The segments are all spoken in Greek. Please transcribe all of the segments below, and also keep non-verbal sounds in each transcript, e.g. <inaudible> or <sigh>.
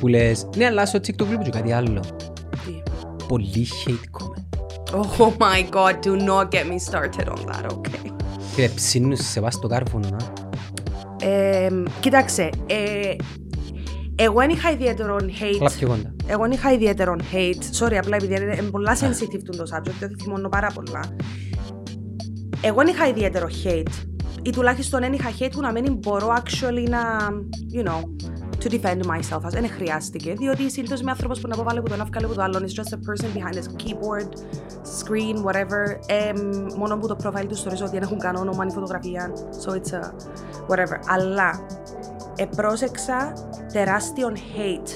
που λες Ναι αλλά στο TikTok βλέπω και κάτι άλλο Τι. Πολύ hate comment Oh my god, do not get me started on that, okay. Και ψήνουν σε βάση το κάρβονο να Ε, κοίταξε, ε, εγώ δεν είχα ιδιαίτερο Απλά hate. πιο κοντά Εγώ δεν είχα ιδιαίτερο hate. Sorry, απλά επειδή είναι είναι πολλά sensitive το subject, το θυμώνω πάρα πολλά. Εγώ δεν είχα ιδιαίτερο hate. Ή τουλάχιστον δεν είχα hate που να μην μπορώ actually να, you know, to defend myself. Ας δεν χρειάστηκε. Διότι συνήθω είμαι άνθρωπος που να αποβάλλει από τον αύκαλο από το άλλον. It's just a person behind a keyboard, screen, whatever. Εμ, μόνο που το profile τους στο ρίζο ότι δεν έχουν κανένα όνομα, είναι φωτογραφία. So it's a whatever. Αλλά επρόσεξα τεράστιον hate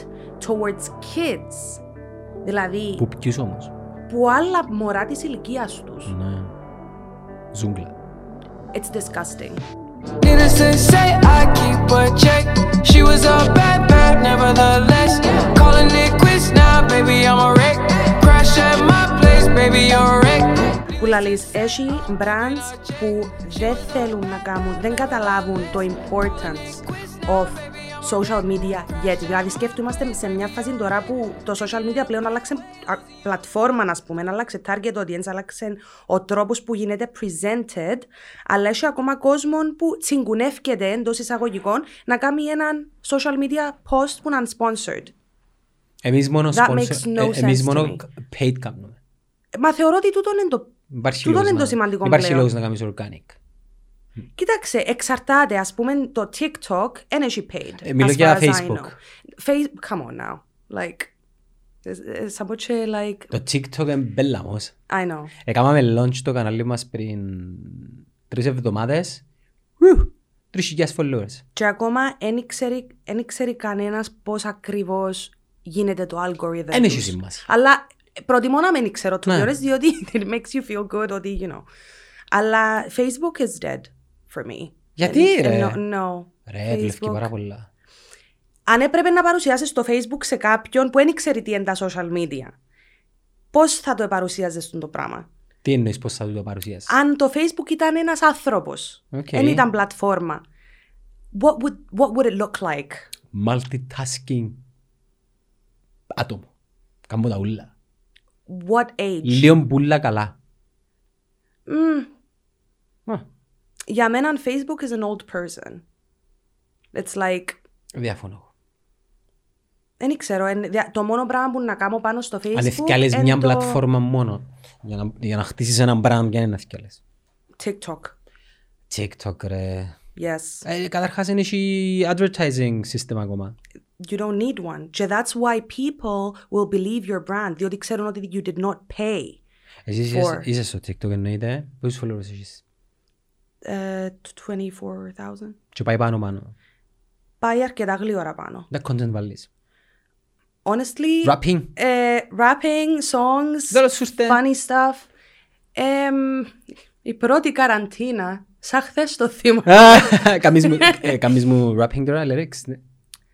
towards kids. Δηλαδή, Που ποιους όμως που άλλα μωρά της ηλικίας τους. Ναι Ζούγκλα It's disgusting. Needless to say, I keep a check. She was a bad bad, nevertheless. Calling it quits now, baby, I'm a wreck. Crash at my place, baby, you're a wreck. Που λαλείς, έχει brands που δεν θέλουν να κάνουν, δεν καταλάβουν το importance of social media yet. Δηλαδή σκέφτομαστε σε μια φάση τώρα που το social media πλέον άλλαξε α, πλατφόρμα να πούμε, άλλαξε target audience, άλλαξε ο τρόπος που γίνεται presented, αλλά έχει ακόμα κόσμον που τσιγκουνεύκεται εντός εισαγωγικών να κάνει έναν social media post που είναι unsponsored. Εμείς μόνο That sponsor- makes no ε, Εμείς sense μόνο to paid κάνουμε Ε, Μα θεωρώ ότι τούτο είναι το Υπάρχει Τούτο λόγος είναι το να- σημαντικό Υπάρχει πλέον. λόγος να κάνεις organic Κοίταξε, εξαρτάται. Ας πούμε, το TikTok δεν έχει paid. Ε, μιλώ as για far as I Facebook. know. Facebook, come on now. Like, ε, ε, σαν πω και, like, Το TikTok είναι μπέλα όμως I know. Έκαναμε launch το κανάλι μας πριν τρεις εβδομάδες. Ου, Τρεις χιλιάς followers. Και ακόμα δεν ξέρει, εν ξέρει κανένας πώς ακριβώς γίνεται το algorithm Δεν έχει τους. σημασία. Αλλά ε, προτιμώ να μην ξέρω του Ναι. ώρες, διότι <laughs> it makes you feel good, ότι, you know. Αλλά Facebook is dead for me. Γιατί, And- ρε? and No, no. Ρε, βλεφκεί Facebook. πάρα πολλά. αν έπρεπε να παρουσιάσεις το Facebook σε κάποιον που δεν ξέρει τι είναι τα social media, πώς θα το παρουσίαζες το πράγμα. Τι εννοείς πώς θα του το παρουσιάσεις. Αν το Facebook ήταν ένας άνθρωπος, Οκ. δεν ήταν πλατφόρμα, what would, what would it look like? Multitasking άτομο. Κάμω τα ούλα. What age? Λίγο πουλά καλά. Μμμ. Α, Για μένα, Facebook is an old person. It's like, Διαφωνώ. εγώ. δεν ξέρω, εν- δια- το μόνο πράγμα που να κάνω πάνω στο Facebook Αν εθιάλες εν μια το πλατφόρμα μόνο για να, για να χτίσεις ένα brand, ποια είναι να εθιάλες. TikTok, TikTok ρε. yes. Ε, καταρχάς είναι έχει advertising σύστημα ακόμα. you don't need one. Και that's why people will believe your brand, διότι ξέρουν ότι you did not pay. Εσύ είσαι, Four. είσαι στο TikTok εννοείται. ε. Πόσους followers έχεις. Ε, 24,000. Και πάει πάνω πάνω. Πάει αρκετά γλύωρα πάνω. Δεν content βάλεις. Honestly, Rapping. <laughs> ε, rapping, songs, σου ήρθε. funny stuff. Εμ, η πρώτη καραντίνα, σαν χθες το θύμα. Καμίς μου- ε, Καμίς μου rapping τώρα, lyrics. ναι.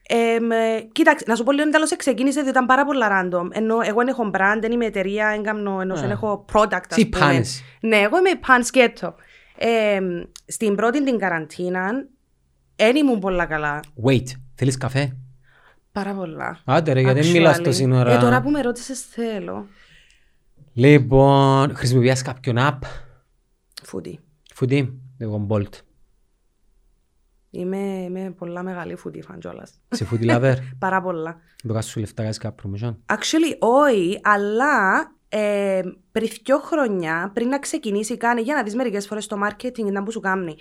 Εμ, ε, κοίταξε, να σου πω λίγο τέλος ξεκίνησε διότι ήταν πάρα πολλά random. Ενώ εγώ δεν έχω brand, δεν είμαι εταιρεία, δεν κάνω- ενώ δεν Α. έχω product. ας Τι πούμε. πάνες. Ναι, εγώ είμαι πανσκέτο. Ε, στην πρώτη την καραντίνα, δεν ήμουν πολλά καλά. Wait, θέλεις καφέ. Πάρα πολλά. Άντε ρε, γιατί Actually. μιλάς τόση Ε, τώρα ώρα. που με ρώτησες θέλω. Λοιπόν, χρησιμοποιάς κάποιον app. Φούντι. Φουτί, εγώ Bolt. Είμαι, είμαι πολλά μεγάλη φούντι φαν κιόλας. Σε φούτι lover. <laughs> Πάρα πολλά. Το κάσου σου λεφτά, κάνεις κάποια promotion. Actually, όχι, αλλά ε, πριν δυο χρόνια, πριν να ξεκινήσει καν, για να δεις μερικές φορές το marketing να που σου κάνει,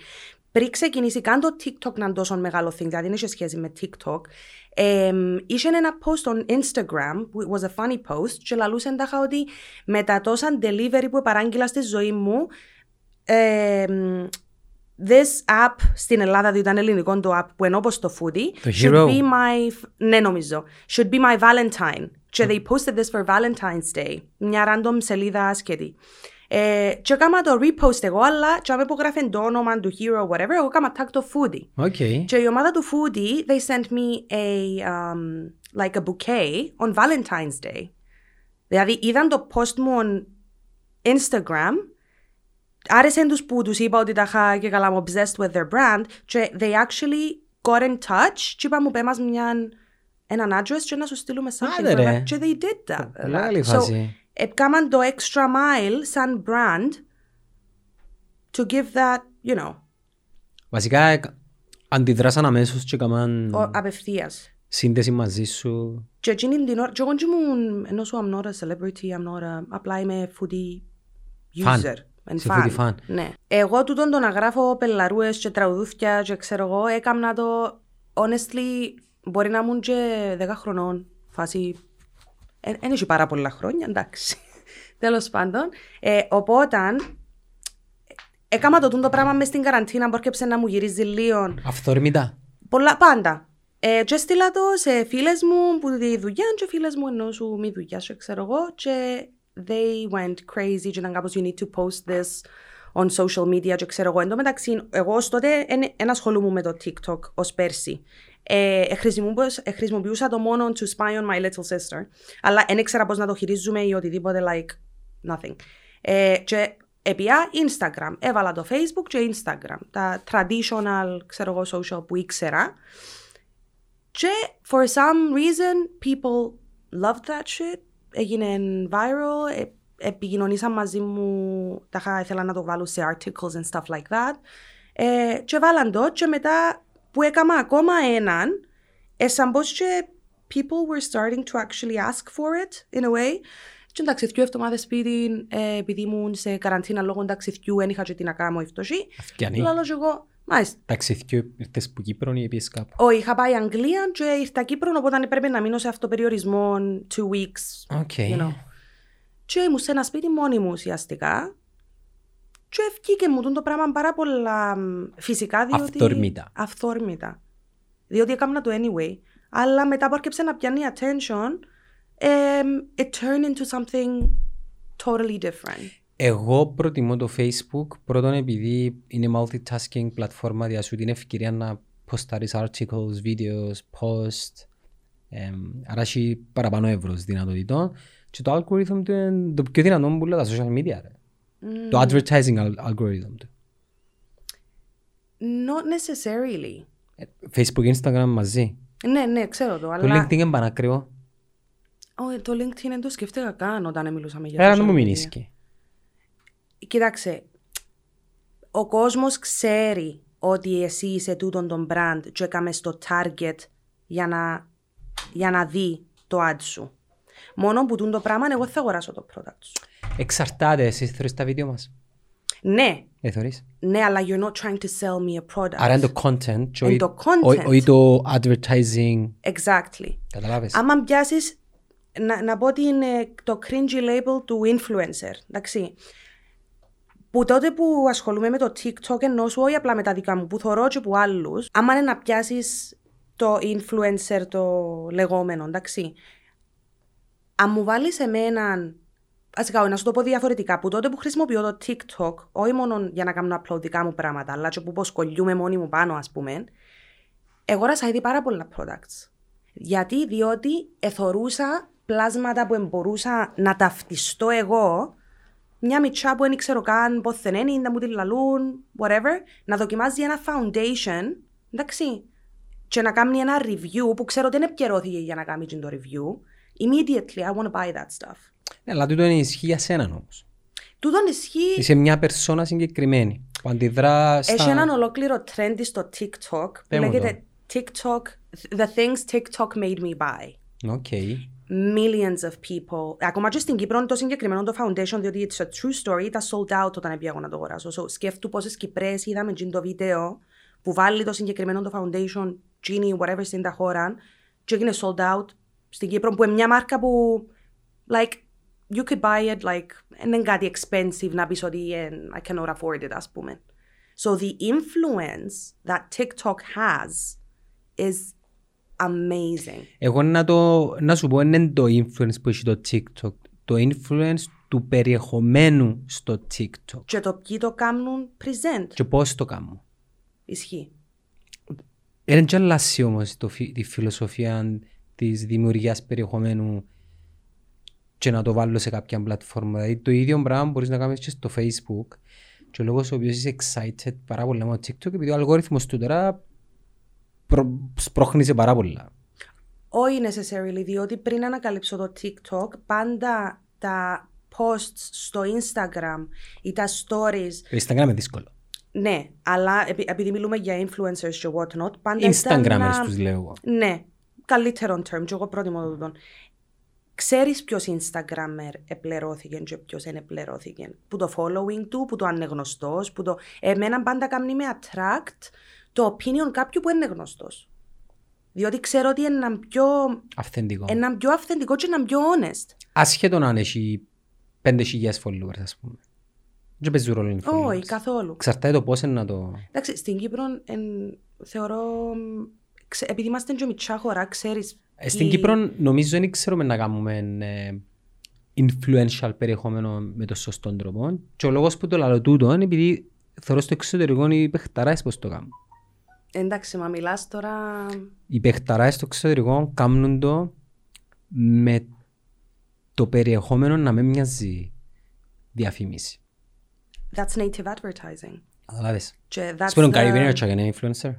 πριν ξεκινήσει καν το TikTok να είναι τόσο μεγάλο thing, δηλαδή δεν είχε σχέση με TikTok, ε, είχε ένα post on Instagram, που was a funny post, και λαλούσε εντάχα ότι με τα τόσα delivery που παράγγειλα στη ζωή μου, ε, this app στην Ελλάδα, διότι ήταν ελληνικό το app που ενώ όπως το foodie, Το should Hero. be my, ναι νομίζω, should be my Valentine. Mm. Και they posted this for Valentine's Day. Μια random σελίδα άσχετη. Ε, και έκανα το repost εγώ, αλλά και άμα που γράφει το όνομα του hero, whatever, εγώ έκανα tag το foodie. Οκ. Και η ομάδα του foodie, they sent me a, um, like a bouquet on Valentine's Day. Δηλαδή είδαν το post μου on Instagram, άρεσε τους που τους είπα ότι τα είχα και καλά μου obsessed with their brand και they actually got in touch και είπα μου πέ μας μιαν έναν address και να σου στείλουμε something. Άντε for ρε. that. Και they did that. Πολλά καλή So, φάση. Επκάμαν το extra mile σαν brand to give that, you know, Βασικά εκ- αντιδράσαν αμέσως και έκαναν mm. απευθείας. σύνδεση μαζί σου. Και εκείνη την ώρα, και εγώ και ήμουν, ενώ σου I'm not a celebrity, I'm not a, απλά είμαι foodie Fan. user. and Είσαι foodie fan. Ναι. Εγώ τούτον το να γράφω πελαρούες και τραγουδούθια και ξέρω εγώ, έκαμνα το, honestly, μπορεί να ήμουν και 10 χρονών, φάση, δεν έχει πάρα πολλά χρόνια, εντάξει. <laughs> Τέλος πάντων, ε, οπότε, έκανα το τούτο πράγμα μες στην καραντίνα, μπόρκεψε να μου γυρίζει λίγο Αυθορμητά. Πολλά, πάντα. Ε, και έστειλα το σε φίλες μου που τη δουλειά και φίλες μου ενώ σου μη δουλειά σου, ξέρω εγώ. Και they went crazy και ήταν κάπως you need to post this on social media και ξέρω εγώ. Εν τω μεταξύ, εγώ ως τότε δεν εν ασχολούμουν με το TikTok ως πέρσι. Ε, εχρησιμοποιούσα, εχρησιμοποιούσα το μόνο to spy on my little sister. Αλλά δεν ήξερα πώς να το χειρίζουμε ή οτιδήποτε like nothing. Ε, και επία Instagram. Έβαλα το Facebook και Instagram. Τα traditional, ξέρω εγώ, social που ήξερα. Και for some reason, people loved that shit. Έγινε viral. Ε, επικοινωνήσαν μαζί μου. Ταχά ήθελα να το βάλω σε articles and stuff like that. Ε, και βάλαν το και μετά που έκανα ακόμα έναν, ε, σαν πως και people were starting to actually ask for it, in a way. Και εντάξει, δύο εβδομάδες σπίτι, ε, επειδή ήμουν σε καραντίνα λόγω ταξιδιού, δεν είχα και τι να κάνω ευτοχή. Αυκιανή. Λαλώ και εγώ, μάλιστα. Ταξιδιού ήρθες που Κύπρο ή επίσης κάπου. Όχι, είχα πάει Αγγλία και ήρθα Κύπρο, οπότε πρέπει να μείνω σε αυτοπεριορισμό two weeks. Οκ. You know. Και ήμουν σε ένα σπίτι μόνη μου ουσιαστικά. Και ευκήκε μου τούτο πράγμα πάρα πολλά μ, φυσικά διότι... Αυθόρμητα. Αυθόρμητα. Διότι έκανα το anyway. Αλλά μετά που έρκεψε να πιάνει attention, um, it turned into something totally different. Εγώ προτιμώ το Facebook πρώτον επειδή είναι multitasking πλατφόρμα για σου την ευκαιρία να ποστάρεις articles, videos, post εμ, άρα έχει παραπάνω εύρος δυνατοτητών και το algorithm του είναι το πιο δυνατό που λέω τα social media ρε. το advertising al- algorithm του Not necessarily. Ε, Facebook, Instagram μαζί Ναι, ναι, ξέρω το, το αλλά... LinkedIn είναι πανακριβό Όχι, το LinkedIn δεν το σκέφτηκα καν όταν μιλούσαμε για Άρα social να μου media. μείνεις και. Κοίταξε, ο κόσμος ξέρει ότι εσύ είσαι τούτον τον brand και έκαμες το target για να, για να δει το ad σου. Μόνο που τούν το πράγμα εγώ θα αγοράσω το product σου. Εξαρτάται εσύ θεωρείς τα βίντεο μας Ναι, ε, θεωρείς ναι, αλλά you're not trying to sell me a product. Άρα είναι το content και όχι- Είναι το content. όχι- όχι το advertising Exactly. Καταλάβες. Άμα πιάσεις. Να, να πω ότι είναι το cringy label του influencer, εντάξει. Που τότε που ασχολούμαι με το TikTok ενώ σου, όχι απλά με τα δικά μου, που θωρώ και που άλλους, άμα είναι να πιάσεις το influencer το λεγόμενο, εντάξει. Αν μου βάλεις εμένα, ας κάνω να σου το πω διαφορετικά, που τότε που χρησιμοποιώ το TikTok, όχι μόνο για να κάνω upload δικά μου πράγματα, αλλά και που ποσκολιούμαι μόνη μου πάνω, ας πούμε, εγόρασα ήδη πάρα πολλά products. Γιατί, διότι εθωρούσα πλάσματα που μπορούσα να ταυτιστώ εγώ, μια μητσά που δεν ξέρω καν πότε είναι, να μου τη λαλούν, whatever, να δοκιμάζει ένα foundation, εντάξει, και να κάνει ένα review που ξέρω ότι δεν επικαιρώθηκε για να κάνει τζιν το review. Immediately, I want to buy that stuff. Ναι, αλλά τούτο είναι ισχύει για σέναν όμως. Τούτον ισχύει Είσαι μια περσόνα συγκεκριμένη που αντιδρά στα... Έχει έναν ολόκληρο trend στο TikTok που Πες μου το. λέγεται TikTok, the things TikTok made me buy. Οκ. Millions of people. Ακόμα και στην Κύπρο το συγκεκριμένο το foundation, διότι it's a true story, ήταν sold out όταν πήγα εγώ να το αγοράσω. So, σκέφτου πόσες Κυπρέ είδαμε τζιν το βίντεο που βάλει το συγκεκριμένο το foundation, Genie, whatever στην τα χώρα, και έγινε sold out στην Κύπρο, που είναι μια μάρκα που, like, you could buy it, like, δεν είναι κάτι expensive να πεις ότι eh, I cannot afford it, ας πούμε. So the influence that TikTok has is amazing. Εγώ να, το, να σου πω είναι το influence που έχει το TikTok. Το influence του περιεχομένου στο TikTok. και το ποιοι το κάνουν present. Και πώς το κάνω. Ισχύει. Είναι και αλλάσει όμως το, φι- τη φιλοσοφία της δημιουργίας περιεχομένου και να το βάλω σε κάποια πλατφόρμα. Δηλαδή το ίδιο πράγμα μπορείς να κάνεις και στο Facebook και ο λόγος ο οποίος είσαι excited πάρα πολλά με το TikTok επειδή ο αλγόριθμος του τώρα προ... σπρώχνει σε πάρα πολλά. Όχι necessarily, διότι πριν ανακαλύψω το TikTok, πάντα τα posts στο Instagram ή τα stories Instagram είναι δύσκολο. ναι, αλλά επει- επειδή μιλούμε για influencers και whatnot, πάντα ήταν Instagramers να- τους λέω εγώ. Ναι, καλύτερον term, και εγώ πρότιμο το τον. Ξέρεις ποιος Instagrammer επληρώθηκε και ποιος δεν επληρώθηκε. Που το following του, που το αν είναι γνωστός, που το... Εμένα πάντα κάνει με attract το opinion κάποιου που δεν είναι γνωστός. Διότι ξέρω ότι είναι έναν πιο, Αυθεντικό. έναν πιο αυθεντικό και έναν πιο honest. Ασχέτω να έχει 5.000 followers ας πούμε. Δεν παίζει ρόλο οι followers. Όχι, καθόλου. Εξαρτάται το πώς είναι να το... Εντάξει, στην Κύπρο εν, θεωρώ... μ, ξε- επειδή είμαστε και μητσά χώρα, ξέρεις... Ε, Στην ποιοι- Κύπρο νομίζω δεν ξέρουμε να κάνουμε ε, influential περιεχόμενο με το σωστό τρόπο και ο λόγος που το λαλώ τούτο είναι επειδή θεωρώ στο εξωτερικό οι παιχταράες πώς το κάνουν. Εντάξει, μα μιλάς τώρα... Οι παιχταράες στο εξωτερικό κάνουν το με το περιεχόμενο να μην μοιάζει διαφήμιση. That's native advertising. Καταλάβες. Και that's Ας πούμε ο Gary the- Vaynerchuk είναι influencer.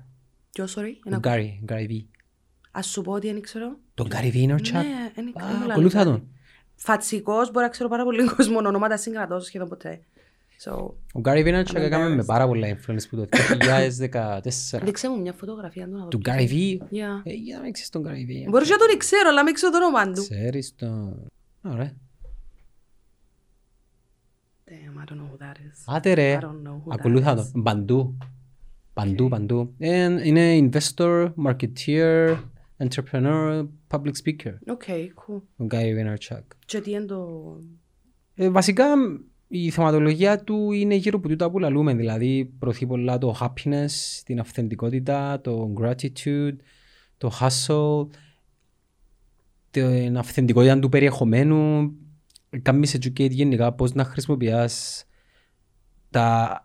Ποιο, sorry, Ο ένα Gary, Gary V. Α σου πω ότι δεν ξέρω. Τον Gary Vaynerchuk. Ναι, δεν Α, ξέρω. Ακολούθα τον. Φατσικός, μπορεί να ξέρω πάρα πολύ λίγο μόνο ονόματα συγκρατώ σχεδόν ποτέ. So, Ο Gary I'm Vaynerchuk έκαμε με embarrassed. πάρα πολλά influence <coughs> που το 2014. δείξε μου μια φωτογραφία του να δω. Του ποιος Gary V. είναι. Yeah. Ε, για να μην ξέρεις τον Gary V. Μπορείς να τον ξέρω, αλλά μην ξέρω το όνομα του. Ξέρεις τον... Ωραία. Damn, I don't know who that is. Άτε ρε. I don't know who ε, Ακολούθα that τον. Παντού. Παντού, παντού. Ε, Είναι investor, marketeer, entrepreneur, public speaker. is. Okay, cool. Ο Gary Vaynerchuk. Και τι είναι το... Ε, βασικά η θεματολογία του είναι γύρω από τούτα που λαλούμε. Δηλαδή προωθεί πολλά το happiness, την αυθεντικότητα, το gratitude, το hustle, την αυθεντικότητα του περιεχομένου. Κάνεις educate γενικά πώς να χρησιμοποιάς τα,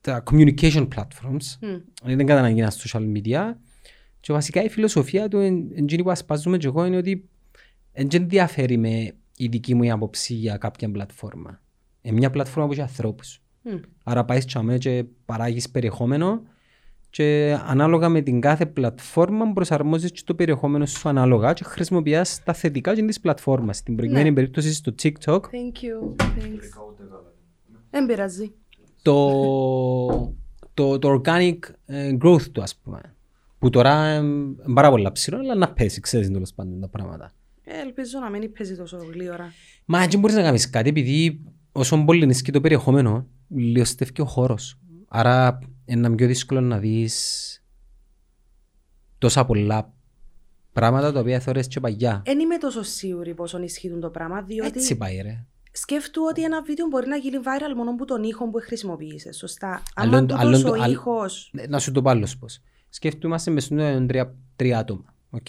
τα communication platforms. Μμ. Δεν κατά να γίνει στα social media. Και βασικά η φιλοσοφία του, εν εν τζίνη που ασπάζομαι και εγώ, είναι ότι δεν ενδιαφέρει με η δική μου η άποψη για κάποια πλατφόρμα. Είναι μια πλατφόρμα που έχει ανθρώπους. Μμ. Άρα πάει τσαμέ και παράγεις περιεχόμενο και ανάλογα με την κάθε πλατφόρμα προσαρμόζεις και το περιεχόμενο σου ανάλογα και χρησιμοποιάς τα θετικά και της πλατφόρμας. Στην προηγούμενη Ναι. περίπτωση στο TikTok Thank you, thanks. Δεν πειράζει. το, το, το organic ε, growth του, ας πούμε. Που τώρα ε, είναι πάρα πολλά ψηλό, αλλά να πέσει, ξέρεις τέλος πάντων τα πράγματα. Ε, Ελπίζω να μην παίζει τόσο γλύωρα. Μα δεν μπορείς να κάνεις κάτι, επειδή όσο πολύ ενισχύει το περιεχόμενο, λιωστεύει και ο χώρος. Άρα είναι πιο δύσκολο να δεις τόσα πολλά πράγματα τα οποία θεωρείς και παγιά. Δεν είμαι τόσο σίγουρη πόσο ισχύουν το πράγμα, διότι... Έτσι πάει ρε. Σκέφτου ότι ένα βίντεο μπορεί να γίνει viral μόνο που τον ήχο που χρησιμοποίησε. Σωστά. Αλλόν- Αν αλλόν τούτος το- ο αλλ- ήχος. Ναι, Να σου το πάλι πώς. Σκεφτούμαστε μες στον τρία, τρία άτομα. Οκ.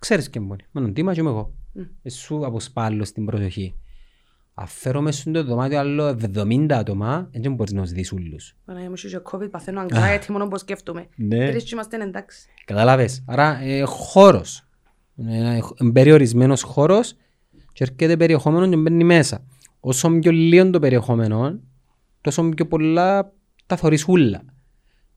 Ξέρεις και μόνοι. Με τον Τίμα και με εγώ. Μμ. Σου αποσπάλλω στην προσοχή. Αφαίρομαι στον το δωμάτιο άλλο 70 άτομα, δεν μπορείς να τους δεις ούλους. Παναγία μου, είσαι COVID, παθαίνω anxiety μόνο που σκέφτομαι. Ναι. Τρεις και είμαστε εντάξει. Καταλάβες. Άρα ε, χώρος. Ε, περιορισμένος χώρος και έρχεται περιεχόμενο και μπαίνει μέσα. Όσο πιο λίγο το περιεχόμενο, τόσο πιο πολλά τα θωρείς ούλα.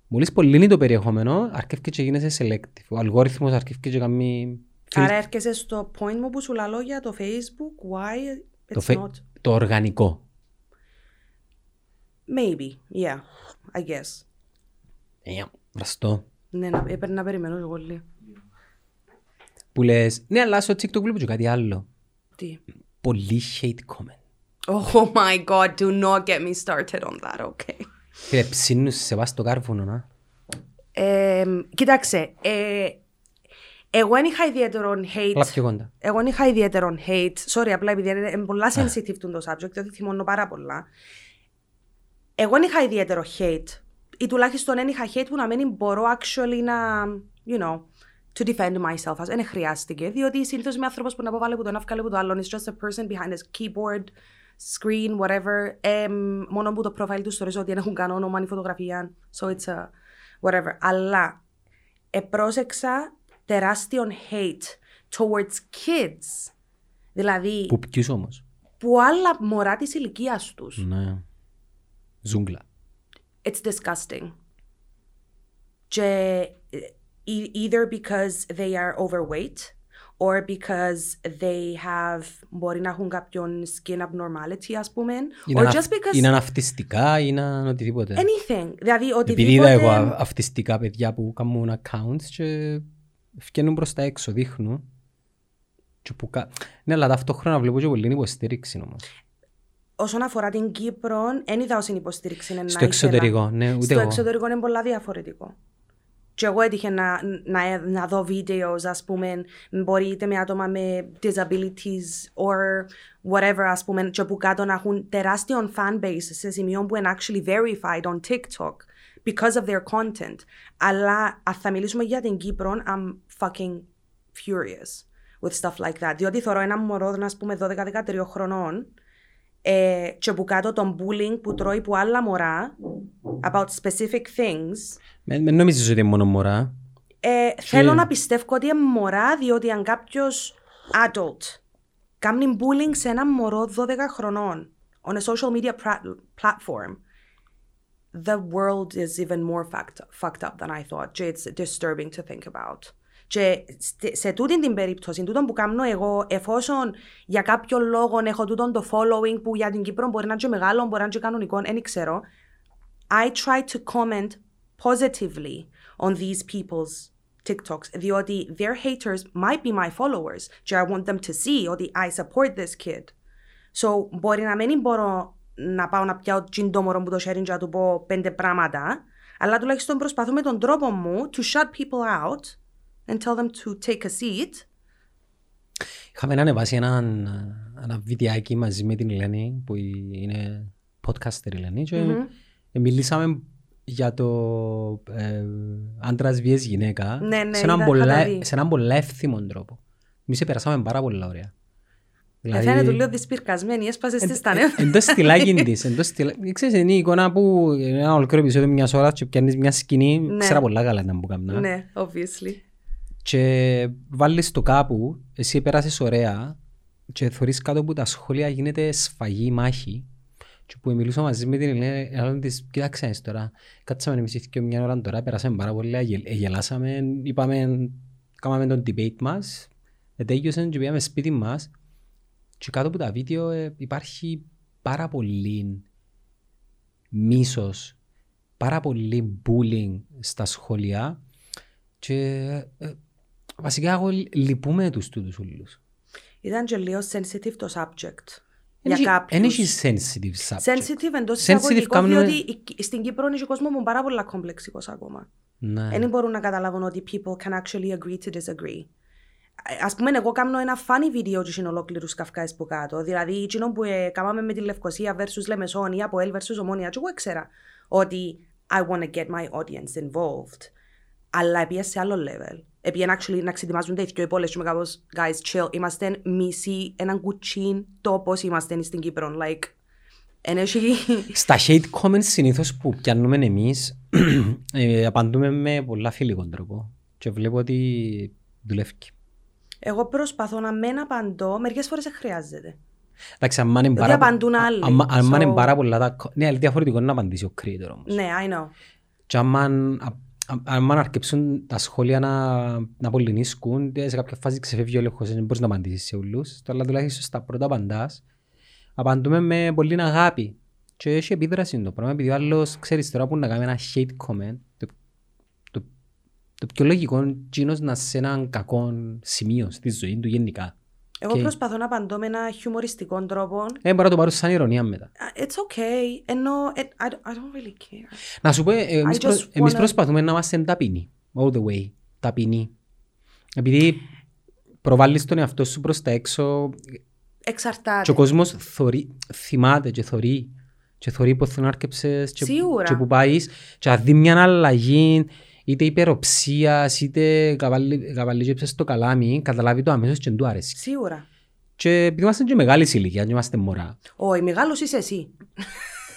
Μόλις πολύ είναι το περιεχόμενο, αρκεύκε και γίνεσαι selective. Ο αλγόριθμος αρκεύκε και κάνει... Άρα έρχεσαι στο point μου που σου λαλώ για το Facebook, why το, it's φε- not. το οργανικό. Maybe, yeah, I guess. Ε, βραστό. Ναι, να- έπρεπε να περιμένω εγώ λίγο. Που λες, ναι αλλά στο TikTok βλέπω και κάτι άλλο. Τι. Πολύ hate comment. Oh my god, do not get me started on that, okay. Φίλε, ψήνουν σε βάση το κάρβουνο, να. Ε, κοίταξε, ε, εγώ δεν είχα ιδιαίτερο Αλλά hate πιο κοντά. Εγώ δεν είχα ιδιαίτερο hate. Sorry, απλά επειδή είναι πολλά sensitive το subject, διότι θυμώνω πάρα πολλά. Εγώ δεν είχα ιδιαίτερο hate. Ή τουλάχιστον δεν είχα hate που να μην μπορώ actually να, you know, to defend myself. Ας δεν χρειάστηκε, διότι συνήθως είμαι άνθρωπος που να αποβάλλει που τον αύκαλε που το άλλον. It's just a person behind his keyboard, screen, whatever. Εμ, μόνο που το profile τους θεωρίζω ότι δεν έχουν κανένα όνομα ή φωτογραφία. So it's a whatever. Αλλά επρόσεξα τεράστιο hate towards kids. Δηλαδή, Που που, ποιους όμως. άλλα μωρά της ηλικίας τους. Ναι. Ζούγκλα. It's disgusting. Και ε, e- either because they are overweight or because they have, μπορεί να έχουν κάποιον skin abnormality ας πούμε Είναι, or ανα- just because είναι αναυτιστικά, είναι αν οτιδήποτε. anything, δηλαδή Επειδή είδα οτιδήποτε εγώ α- αυτιστικά παιδιά που κάνουν accounts και βγαίνουν προς τα έξω, δείχνουν. Και που κα... Ναι, αλλά ταυτόχρονα βλέπω και πολύ υποστήριξη όμως. όσον αφορά την Κύπρο δεν είδα ως υποστήριξη να Στο ήθελα. εξωτερικό, ναι, ούτε Στο εγώ. εξωτερικό είναι πολλά διαφορετικό. Και εγώ έτυχε να, να, να δω βίντεος, ας πούμε, μπορεί είτε με άτομα με disabilities or whatever, ας πούμε, και που κάτω να έχουν τεράστιο fan base σε σημείο που είναι actually verified on TikTok because of their content. Αλλά αν θα μιλήσουμε για την Κύπρο, I'm fucking furious with stuff like that. Διότι θεωρώ ένα μωρό, ας πούμε, 12-13 χρονών, ε, και που κάτω τον bullying που τρώει που άλλα μωρά about specific things. Με, με νομίζεις ότι είναι μόνο μωρά. Ε, Θέλω να πιστεύω ότι είναι μωρά, διότι αν κάποιος adult κάνει bullying σε ένα μωρό 12 χρονών on a social media pra- platform, the world is even more fucked, fucked up than I thought. Και it's disturbing to think about. Και στε- σε τούτη την περίπτωση, τούτον που κάνω εγώ, εφόσον για κάποιο λόγο έχω τούτον το following που για την Κύπρο μπορεί να είναι και μεγάλο, μπορεί να είναι και κανονικό, δεν ξέρω, I try to comment positively on these people's TikToks, διότι their haters might be my followers και I want them to see ότι I support this kid. So, μπορεί να μην μπορώ να πάω να πιάω τζιν το μωρό μου το sharing και να του πω πέντε πράγματα, αλλά τουλάχιστον προσπαθώ με τον τρόπο μου to shut people out and tell them to take a seat. Είχαμε να ανεβάσει ένα, ένα βιντεάκι μαζί με την Ελένη που είναι podcaster η Ελένη και μιλήσαμε για το ε, άντρας βίες γυναίκα Ναι, ναι, σε, έναν είδα, πολλά, είχα τα δει. σε έναν πολλά εύθυμον τρόπο. Εμείς περάσαμε πάρα πολύ ωραία. Δηλαδή... Φαίνεται λίγο δυσπυρκασμένη, έσπασες στη στα νεύρα. <laughs> Εντός στη λάκη της. Εντός στη λάκη. ε, Ξέρεις, είναι η εικόνα που είναι ένα ολόκληρο επεισόδιο μιας ώρας και πιάνεις μια σκηνή. Ναι. Ξέρα πολλά καλά ήταν που κάμνα Ναι, obviously. και βάλεις το κάπου, εσύ πέρασες ωραία και θεωρείς κάτω από τα σχόλια γίνεται σφαγή μάχη και που μιλούσα μαζί με την Ελένη, της, κοίταξε να δεις τώρα, κάτσαμε εμείς οι δυο μια ώρα τώρα, πέρασαμε πάρα πολύ, αγε- γελάσαμε, είπαμε, κάναμε τον debate μας, ε, τέλειωσε και πήγαμε σπίτι μας και κάτω από τα βίντεο ε, υπάρχει πάρα πολύ μίσος, πάρα πολύ bullying στα σχόλια και ε, βασικά εγώ λυπούμαι τους τούτους όλους. Ήταν και λίγο sensitive το subject. Εν έχει- για εν κάποιους. έχει sensitive subject. Sensitive εντός Sensitive εισαγωγικών, κάνουν- διότι η- στην Κύπρο είναι και ο κόσμος μου πάρα πολλά κομπλεξικός ακόμα. Ναι. Δεν μπορούν να καταλάβουν ότι people can actually agree to disagree. Ε, Ας πούμε, εγώ κάνω ένα funny video και είναι ολόκληρους καυκάες που κάτω. Δηλαδή, εκείνο που ε, κάναμε με τη Λευκοσία versus Λεμεσόν ή από Ελ versus Ομόνια, και εγώ ήξερα ότι I want to get my audience involved. Αλλά πήγε σε άλλο level. Επειδή actually να ξετοιμάζουν τα ηθικιό υπόλοιπες και είμαι κάπως, guys, chill, είμαστε μισή, έναν κουτσίν το πώς είμαστε στην Κύπρο. Like, εν έχει... <laughs> Στα hate comments συνήθως που πιάνουμε εμείς <clears throat> ε, απαντούμε με πολλά φιλικό τρόπο και βλέπω ότι δουλεύει. Εγώ προσπαθώ να μεν απαντώ, μερικές φορές δεν χρειάζεται. Εντάξει, αν είναι Διότι πάρα, απαντούν α- άλλοι, άμα- άμα so- είναι πάρα πολλά τα... κο- Ναι, αλλά διαφορετικό είναι να απαντήσει ο creator όμως. Ναι, I know. Και άμα, α- α- άμα αρκεψούν τα σχόλια να, να πολυνίσκουν, ε, σε κάποια φάση ξεφεύγει ο έλεγχος, δεν μπορείς να απαντήσεις σε όλους. Τώρα τουλάχιστον στα πρώτα απαντάς, απαντούμε με πολύ αγάπη. Και έχει επίδραση το πράγμα, επειδή ο άλλος ξέρεις τώρα που να κάνει ένα hate comment, το, το, το πιο λογικό είναι εκείνος να είσαι σε έναν κακό σημείο στη ζωή του γενικά. Εγώ Και- προσπαθώ να απαντώ με ένα χιουμοριστικό τρόπο. Ε, μπορώ να το πάρω σαν ηρωνία μετά. It's okay. Ενώ, it, I, don't, I don't really care. Να σου πω, ε, εμείς, just προ, εμείς wanna- προσπαθούμε να είμαστε ταπεινοί. All the way. Ταπεινοί. Επειδή προβάλλεις τον εαυτό σου προς τα έξω και Εξαρτάται. ο κόσμος θωρεί, θυμάται και θωρεί και θωρεί που θέλουν άρκεψες και, Σίγουρα. και που πάεις και αν δει μια αλλαγή είτε υπεροψίας είτε καβαλίζεψες το καλάμι καταλάβει το αμέσως και του άρεσε. Σίγουρα. Και επειδή είμαστε και μεγάλης ηλικίας και είμαστε μωρά Όχι, μεγάλος είσαι εσύ.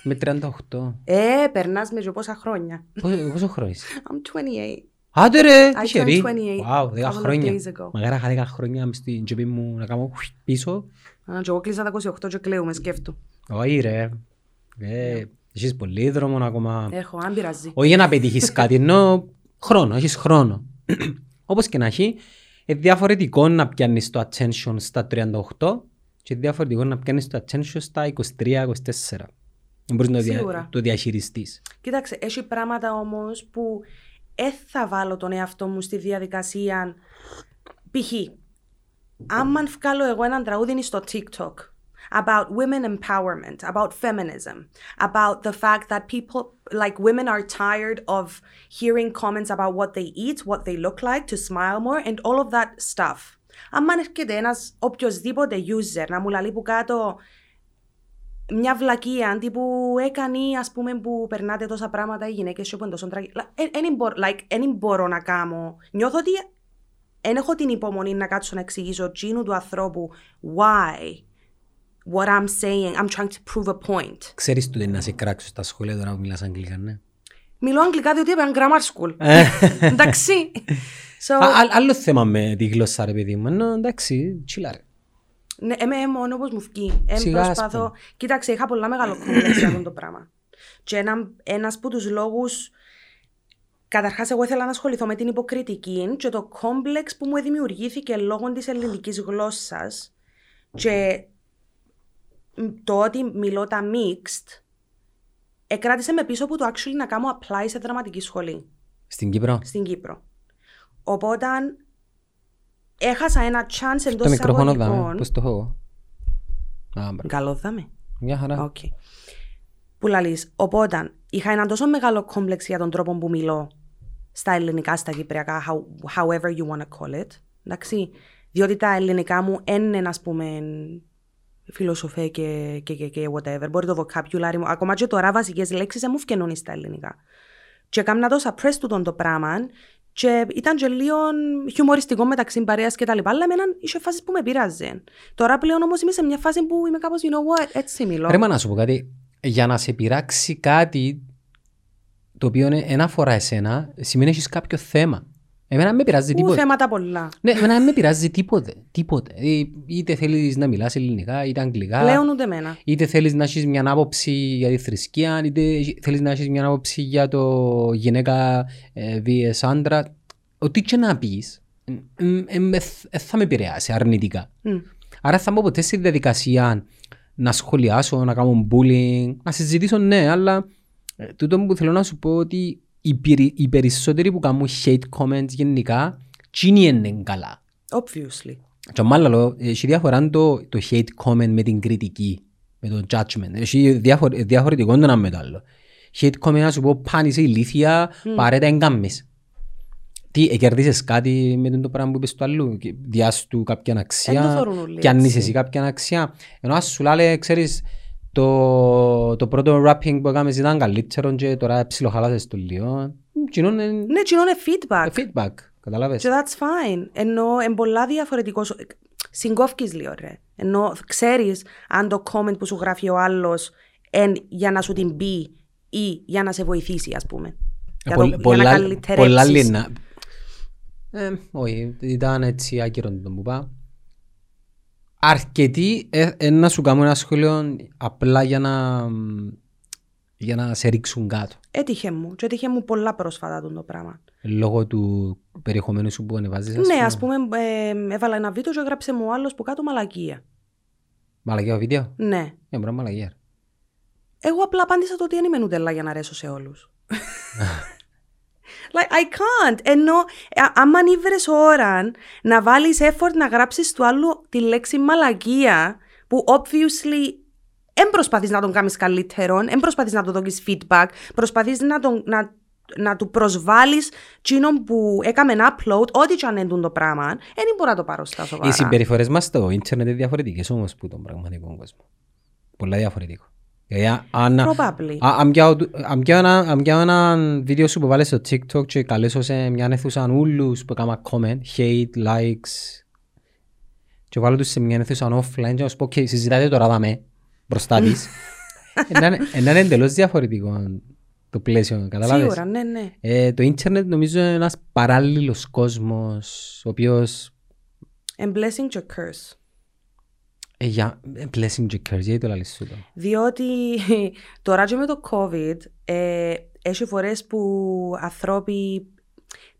με 38. Ε, περνάς με και πόσα χρόνια. Πόσο, πόσο χρόνο είσαι? I'm 28. Άντε ρε, I τυχερή. turned 28 Wow, δέκα couple of χρόνια. days ago. Μαγάρα είχα δέκα χρόνια μες στην τσέπη μου να κάνω χουι, πίσω. Α, και εγώ κλείσα τα 28 και κλαίουμε, σκέφτου. Όχι ρε. Ε, Έχεις πολύ δρόμο ακόμα. Ε, Έχω, αν πειράζει. Όχι για να πετύχεις κάτι, ενώ χρόνο, <clears throat> έχεις χρόνο. Όπως και να έχει, είναι διαφορετικό να πιάνεις το attention στα 38 και διαφορετικό να πιάνεις το attention στα 23-24. Δεν μπορείς να το δια- Σίγουρα. το διαχειριστείς. Κοίταξε, έχει πράγματα όμως που δεν θα βάλω τον εαυτό μου στη διαδικασία. Π.χ. Άμα βγάλω εγώ έναν τραγούδι στο TikTok about women empowerment, about feminism, about the fact that people, like women, are tired of hearing comments about what they eat, what they look like, to smile more, and all of that stuff. Άμα έρχεται ένα οποιοδήποτε user να μου λαλεί που κάτω μια βλακία τύπου έκανε, α πούμε, που περνάτε τόσα πράγματα οι γυναίκε σου που είναι τόσο τραγική. Δεν μπορώ να κάνω. Νιώθω ότι δεν έχω την υπομονή να κάτσω να εξηγήσω τζίνου του ανθρώπου why what I'm saying, I'm trying to prove a point. Ξέρεις του να σε κράξω στα σχολεία τώρα που μιλάς αγγλικά, ναι. Μιλώ αγγλικά διότι έπαιρνα grammar school. Εντάξει. So, Α, α- άλλο θέμα με τη γλώσσα ρε παιδί μου, ενώ εντάξει, τσιλά ρε. Ναι, εμέ ε, μόνο όπως μου βγει. Ε, Σιγά, ας προσπαθώ. πούμε. Κοίταξε, είχα πολλά μεγάλο κόμπλεξ για αυτό το πράγμα. Και ένα, ένας από τους λόγους... Καταρχάς, εγώ ήθελα να ασχοληθώ με την υποκριτική και το κόμπλεξ που μου δημιουργήθηκε λόγω της ελληνικής γλώσσας και το ότι μιλώ τα mixed εκράτησε με πίσω από το actually να κάνω apply σε δραματική σχολή Στην Κύπρο. στην Κύπρο. Οπότε έχασα ένα chance εντός Το μικρόφωνο δάμε, εισαγωγικών. πώς το έχω εγώ. Α, μπράβο. Καλό δάμε. Μια χαρά. Οκ. Που λαλείς, οπότε είχα έναν τόσο μεγάλο κόμπλεξ για τον τρόπο που μιλώ στα ελληνικά, στα κυπριακά, how, however you want to call it. Εντάξει. Διότι τα ελληνικά μου είναι, ας πούμε, φιλοσοφέ και, και, και, και whatever. Μπορεί το vocabulary μου. Ακόμα και τώρα βασικές λέξεις δεν μου φκαινούν στα ελληνικά. Και έκανα τόσα press του τον το πράγμα και ήταν και λίγο χιουμοριστικό μεταξύ παρέας και τα λοιπά, αλλά εμένα είχε φάσεις που με πειράζαν. Τώρα πλέον όμως είμαι σε μια φάση που είμαι κάπως, you know what, έτσι μιλώ. Ρε μα να σου πω κάτι, για να σε πειράξει κάτι το οποίο είναι ένα φορά εσένα, σημαίνει έχεις κάποιο θέμα. Εμένα δεν με πειράζει Πού τίποτα. θέματα πολλά. Ναι, εμένα δεν με πειράζει τίποτε. τίποτε. Ε, Είτε θέλεις να μιλάς ελληνικά, είτε αγγλικά. Πλέον ούτε εμένα. Είτε θέλεις να έχεις μια άποψη για τη θρησκεία, είτε θέλεις να έχεις μια άποψη για το γυναίκα ε, βίαιες άντρα. Ό,τι και να πεις, ε, ε, ε, με θ- ε, θα με επηρεάσει αρνητικά. Μμ. Άρα θα μπω ποτέ στη διαδικασία να σχολιάσω, να κάνω bullying, να συζητήσω ναι, αλλά ε, τούτο που θέλω να σου πω ότι οι, περι- οι περισσότεροι που κάνουν hate comments γενικά, τσίνι είναι καλά. Obviously. Και μάλλον λέω, έχει διαφορά το, το hate comment με την κριτική, με το judgment. Έχει διάφορ, διαφορετικό το ένα με το άλλο. Hate comment να σου πω πάνε σε ηλίθεια, πάρε τα εγκάμεις. Τι, εκερδίσες κάτι με τον το πράγμα που είπες του αλλού, και διάσου του κάποια Εν το αξία, θεωρούν όλοι και αν έτσι. είσαι εσύ κάποια αξία. Ενώ ας σου λάλε, ξέρεις, το, το πρώτο rapping που έκαμε ήταν καλύτερο και τώρα ψιλοχαλάσες το λίγο. Τι είναι Ναι, κοινό είναι ε, feedback. feedback, καταλάβες. Και that's fine. Ενώ είναι πολλά διαφορετικός. Συγκόφκεις λίγο, ρε. Ενώ ξέρεις αν το comment που σου γράφει ο άλλος εν για να σου την πει ή για να σε βοηθήσει, ας πούμε. Για, το, Πολλ- για να πολλά καλυτερέψεις. λίνα. Ε, όχι, ήταν έτσι άκυρο το που είπα. Αρκετοί ε, ε, να σου κάνουν ένα σχόλιο απλά για να, μ, για να σε ρίξουν κάτω. Έτυχε μου. Και έτυχε μου πολλά πρόσφατα τον το πράγμα. Λόγω του περιεχομένου σου που ανεβάζεις. ναι, ας πούμε, ε, έβαλα ένα βίντεο και έγραψε μου ο άλλος που κάτω μαλακία. Μαλακιά βίντεο. Ναι. Ναι, μπράβο μαλακιά. ρε. Εγώ απλά απάντησα το ότι δεν είμαι νουτελά για να αρέσω σε όλους. like, I can't. Ενώ, ε, άμα ανήβρες ώρα να βάλεις effort να γράψεις του άλλου τη λέξη μαλακία, που obviously δεν προσπαθείς να τον κάνεις καλύτερον, δεν προσπαθείς να του δώσεις feedback, προσπαθείς να, τον, να, να του προσβάλλεις τσίνον που έκαμε ένα upload, ό,τι και αν έντουν το πράγμα, δεν μπορώ να το πάρω στα σοβαρά. Οι συμπεριφορές μας στο ίντερνετ είναι διαφορετικές όμως που τον πραγματικό κόσμο. Πολλά διαφορετικό. Δηλαδή, αν, Probably. Α, Αν πιάω του- αν πιάω ένα- αν πιάω ένα βίντεο σου που βάλες στο TikTok και καλέσω σε μια αίθουσα ούλους που έκανα comment, hate, likes και βάλω τους σε μια αίθουσα offline και να σου πω «Οκ, συζητάτε τώρα δάμε μπροστά <laughs> της». Να είναι- να είναι εντελώς διαφορετικό το πλαίσιο, καταλάβες. Σίγουρα, ναι, ναι. Ε, το ίντερνετ νομίζω είναι ένας παράλληλος κόσμος ο οποίος And blessing your curse. ε, για ε, blessing και curse, γιατί το λαλείς σου το. Διότι <laughs> τώρα και με το COVID, ε, έχει φορές που ανθρώποι